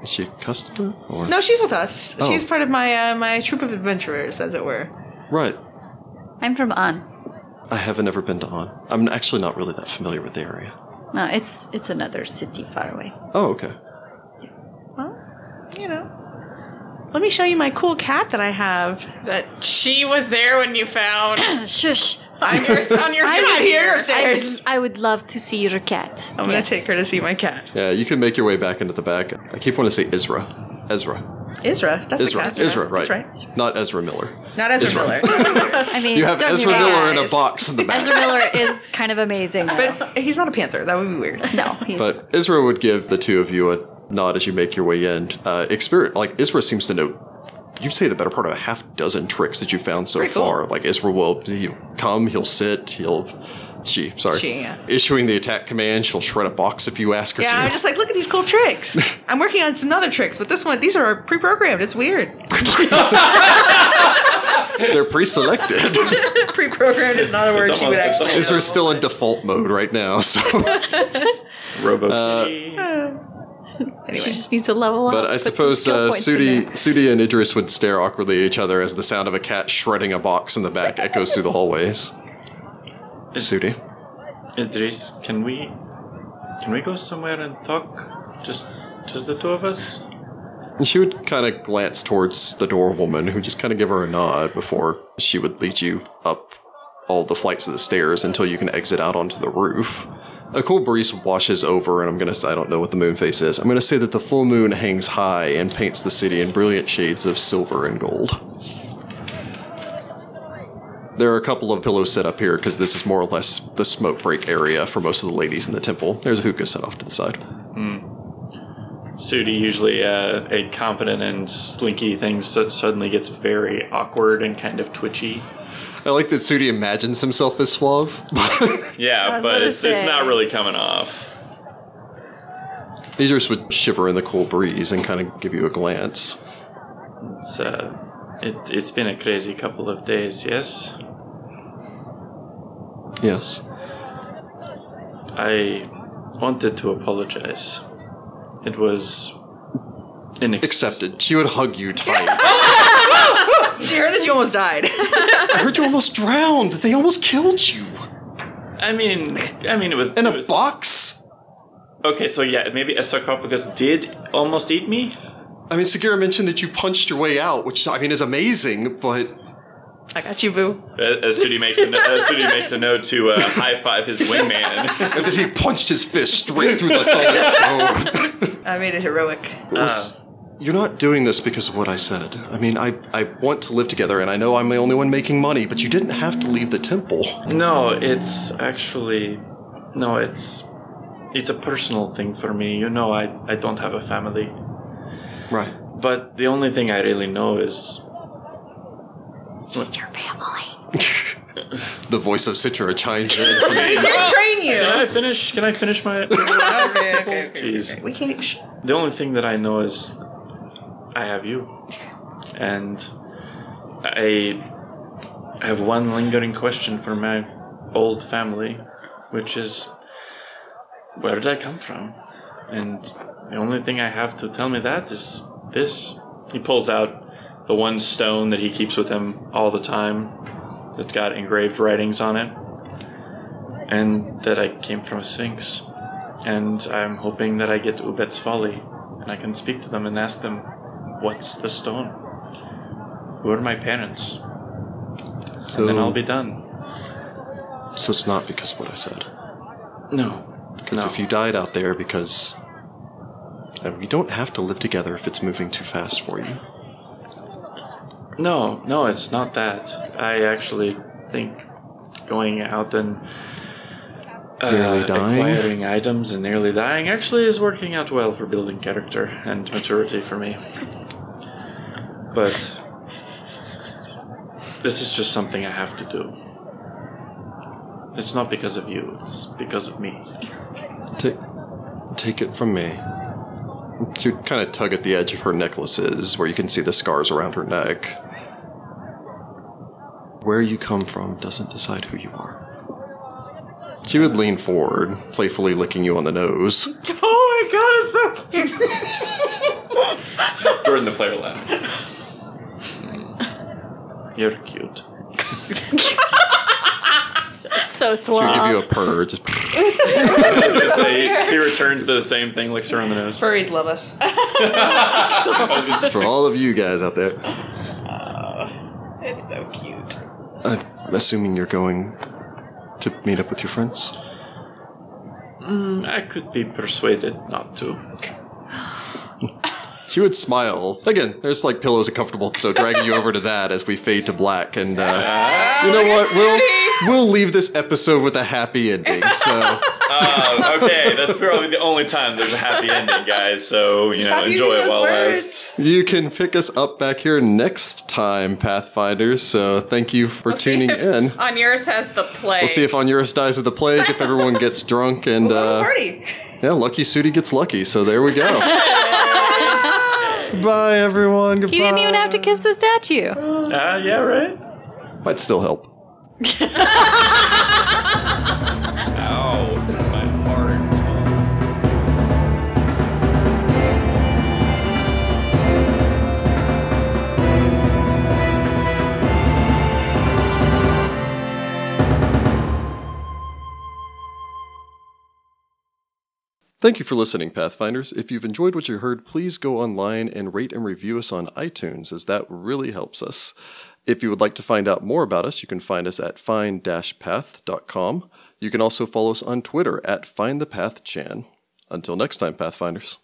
S5: is she a customer? Or
S4: no, she's with us.
S5: Oh.
S4: She's part of my uh, my troop of adventurers, as it were.
S5: right.
S2: I'm from On.
S5: I haven't ever been to On. I'm actually not really that familiar with the area.
S2: No, it's it's another city far away.
S5: Oh, okay.
S4: You know. Let me show you my cool cat that I have. That
S1: She was there when you found
S2: Shush.
S1: on yours. On yours
S4: I'm
S1: is
S4: not here
S2: I
S4: upstairs.
S2: would, I would love to see your cat.
S4: I'm gonna take her to see my cat.
S5: Yeah, you can make your way back into the back. I keep wanting to say Ezra. Ezra.
S4: Ezra. That's
S5: Ezra.
S4: the cat.
S5: Ezra, right.
S4: That's right.
S5: Not Ezra Miller.
S4: Not Ezra,
S5: Ezra.
S4: Miller.
S2: I mean,
S5: You have
S2: don't get
S5: Ezra
S2: me wrong.
S5: Miller in a
S4: guys.
S5: box in the back.
S2: Ezra Miller is kind of amazing. Though.
S4: but he's not a panther. That would be weird.
S2: no, he's
S5: But Ezra would give the two of you a nod as you make your way in. Uh, experience, like Ezra seems to know. You'd say the better part of a half dozen tricks that you found so
S4: Pretty cool.
S5: far. Like Ezra will he'll come, he'll sit, he'll she sorry
S4: She, yeah.
S5: issuing the attack command. She'll shred a box if you ask her
S4: Yeah, I'm
S5: to.
S4: just like, look at these cool tricks. I'm working on some other tricks, but this one, these are pre-programmed. It's weird.
S5: They're pre-selected.
S4: pre-programmed is not a word
S3: It's
S4: she would
S3: almost- it's
S4: actually.
S3: almost-
S5: Ezra's still in default mode right now. So,
S3: Robo. Uh,
S2: she just needs to level up.
S5: but I
S2: put some
S5: suppose
S2: skill
S5: uh,
S2: points in there.
S5: Sudi Sudi and Idris would stare awkwardly at each other as the sound of a cat shredding a box in the back echoes through the hallways. Sudi.
S7: Idris, can we can we go somewhere and talk? Just just the two of us?
S5: And she would kind of glance towards the door woman, who just kind of give her a nod before she would lead you up all the flights of the stairs until you can exit out onto the roof. A cool breeze washes over, and I'm gonna say, I don't know what the moon face is. I'm gonna say that the full moon hangs high and paints the city in brilliant shades of silver and gold. There are a couple of pillows set up here because this is more or less the smoke break area for most of the ladies in the temple. There's a hookah set off to the side.
S3: Sudi, usually uh, a confident and slinky thing, so suddenly gets very awkward and kind of twitchy.
S5: I like that Sudi imagines himself as suave.
S2: I
S8: Yeah,
S2: was
S8: but
S2: gonna
S8: it's, it's
S2: say.
S8: not really coming off.
S5: Idris would shiver in the cool breeze and kind of give you a glance.
S3: It's, uh, it, it's been a crazy couple of days, yes?
S5: Yes.
S3: I wanted to apologize. It was inex-
S5: Accepted. She would hug you tight.
S4: She heard that you almost died.
S5: I heard you almost drowned. They almost killed you.
S3: I mean, I mean, it was
S5: In
S3: it
S5: a
S3: was-
S5: box?
S3: Okay, so yeah, maybe a sarcophagus did almost eat me.
S5: I mean, Sagira mentioned that you punched your way out, which, I mean, is amazing, but
S4: I got you, boo.
S3: Uh,
S8: As Sudi makes a, as Sudi makes a note to uh, high five his wingman.
S5: And then he punched his fist straight through the solid stone.
S4: I made it heroic.
S3: Uh.
S5: Was- You're not doing this because of what I said. I mean, I, I want to live together, and I know I'm the only one making money, but you didn't have to leave the temple.
S3: No, it's actually no, it's it's a personal thing for me. You know, I I don't have a family,
S5: Right.
S3: but the only thing I really know is
S5: The voice of Citra chimes in.
S4: He did train you.
S3: can I finish? Can I finish my?
S4: okay, okay, okay.
S3: Jeez.
S4: We can't. Shh.
S3: The only thing that I know is I have you, and I have one lingering question for my old family, which is where did I come from? And the only thing I have to tell me that is this.
S8: he pulls out the one stone that he keeps with him all the time that's got engraved writings on it.
S3: and that I came from a Sphinx. And I'm hoping that I get to Ubet's Folly, and I can speak to them and ask them, What's the stone? Who are my parents? And then I'll
S5: So,
S3: be done.
S5: so it's not because of what I said.
S3: No.
S5: Because
S3: No.
S5: if you died out there, because. And we don't have to live together if it's moving too fast for you.
S3: No, no, it's not that. I actually think going out and uh,
S5: Nearly dying?
S3: acquiring items and nearly dying actually is working out well for building character and maturity for me. But this is just something I have to do. It's not because of you, it's because of me.
S5: Take, take it from me. She would kind of tug at the edge of her necklaces, where you can see the scars around her neck. Where you come from doesn't decide who you are. She would lean forward, playfully licking you on the nose.
S1: Oh my god, it's so cute.
S8: Jordan the player left.
S3: Hmm. You're cute.
S2: So
S5: She would give you
S2: suave.
S5: a purr, just
S8: So he, he returns to the same thing, licks her on the nose.
S4: Furries love us.
S5: for all of you guys out there.
S1: It's so cute.
S5: I'm assuming you're going to meet up with your friends.
S3: Mm, I could be persuaded not to.
S5: She would smile. Again, there's like pillows and comfortable, so dragging you over to that as we fade to black. And
S1: Ah,
S5: uh, you know what? We'll we'll leave this episode with a happy ending. So
S8: Oh, okay, that's probably the only time there's a happy ending, guys. So you know,
S4: Stop using
S8: enjoy it
S4: those
S8: while it
S4: words.
S8: lasts.
S5: you can pick us up back here next time, Pathfinders. So thank you for
S1: see
S5: tuning
S1: if-
S5: in.
S1: On yours has the play.
S5: We'll see if Onuris dies of the plague, if everyone gets drunk, and
S4: Little
S5: uh,
S4: party.
S5: yeah, Lucky Sudi gets lucky. So there we go. Bye, everyone. Goodbye.
S2: He didn't even have to kiss the statue.
S3: Ah, yeah, right?
S5: Might still help.
S8: Ow, my heart.
S5: Thank you for listening, Pathfinders. If you've enjoyed what you heard, please go online and rate and review us on iTunes, as that really helps us. If you would like to find out more about us, you can find us at find path.com. You can also follow us on Twitter at findthepathchan. Until next time, Pathfinders.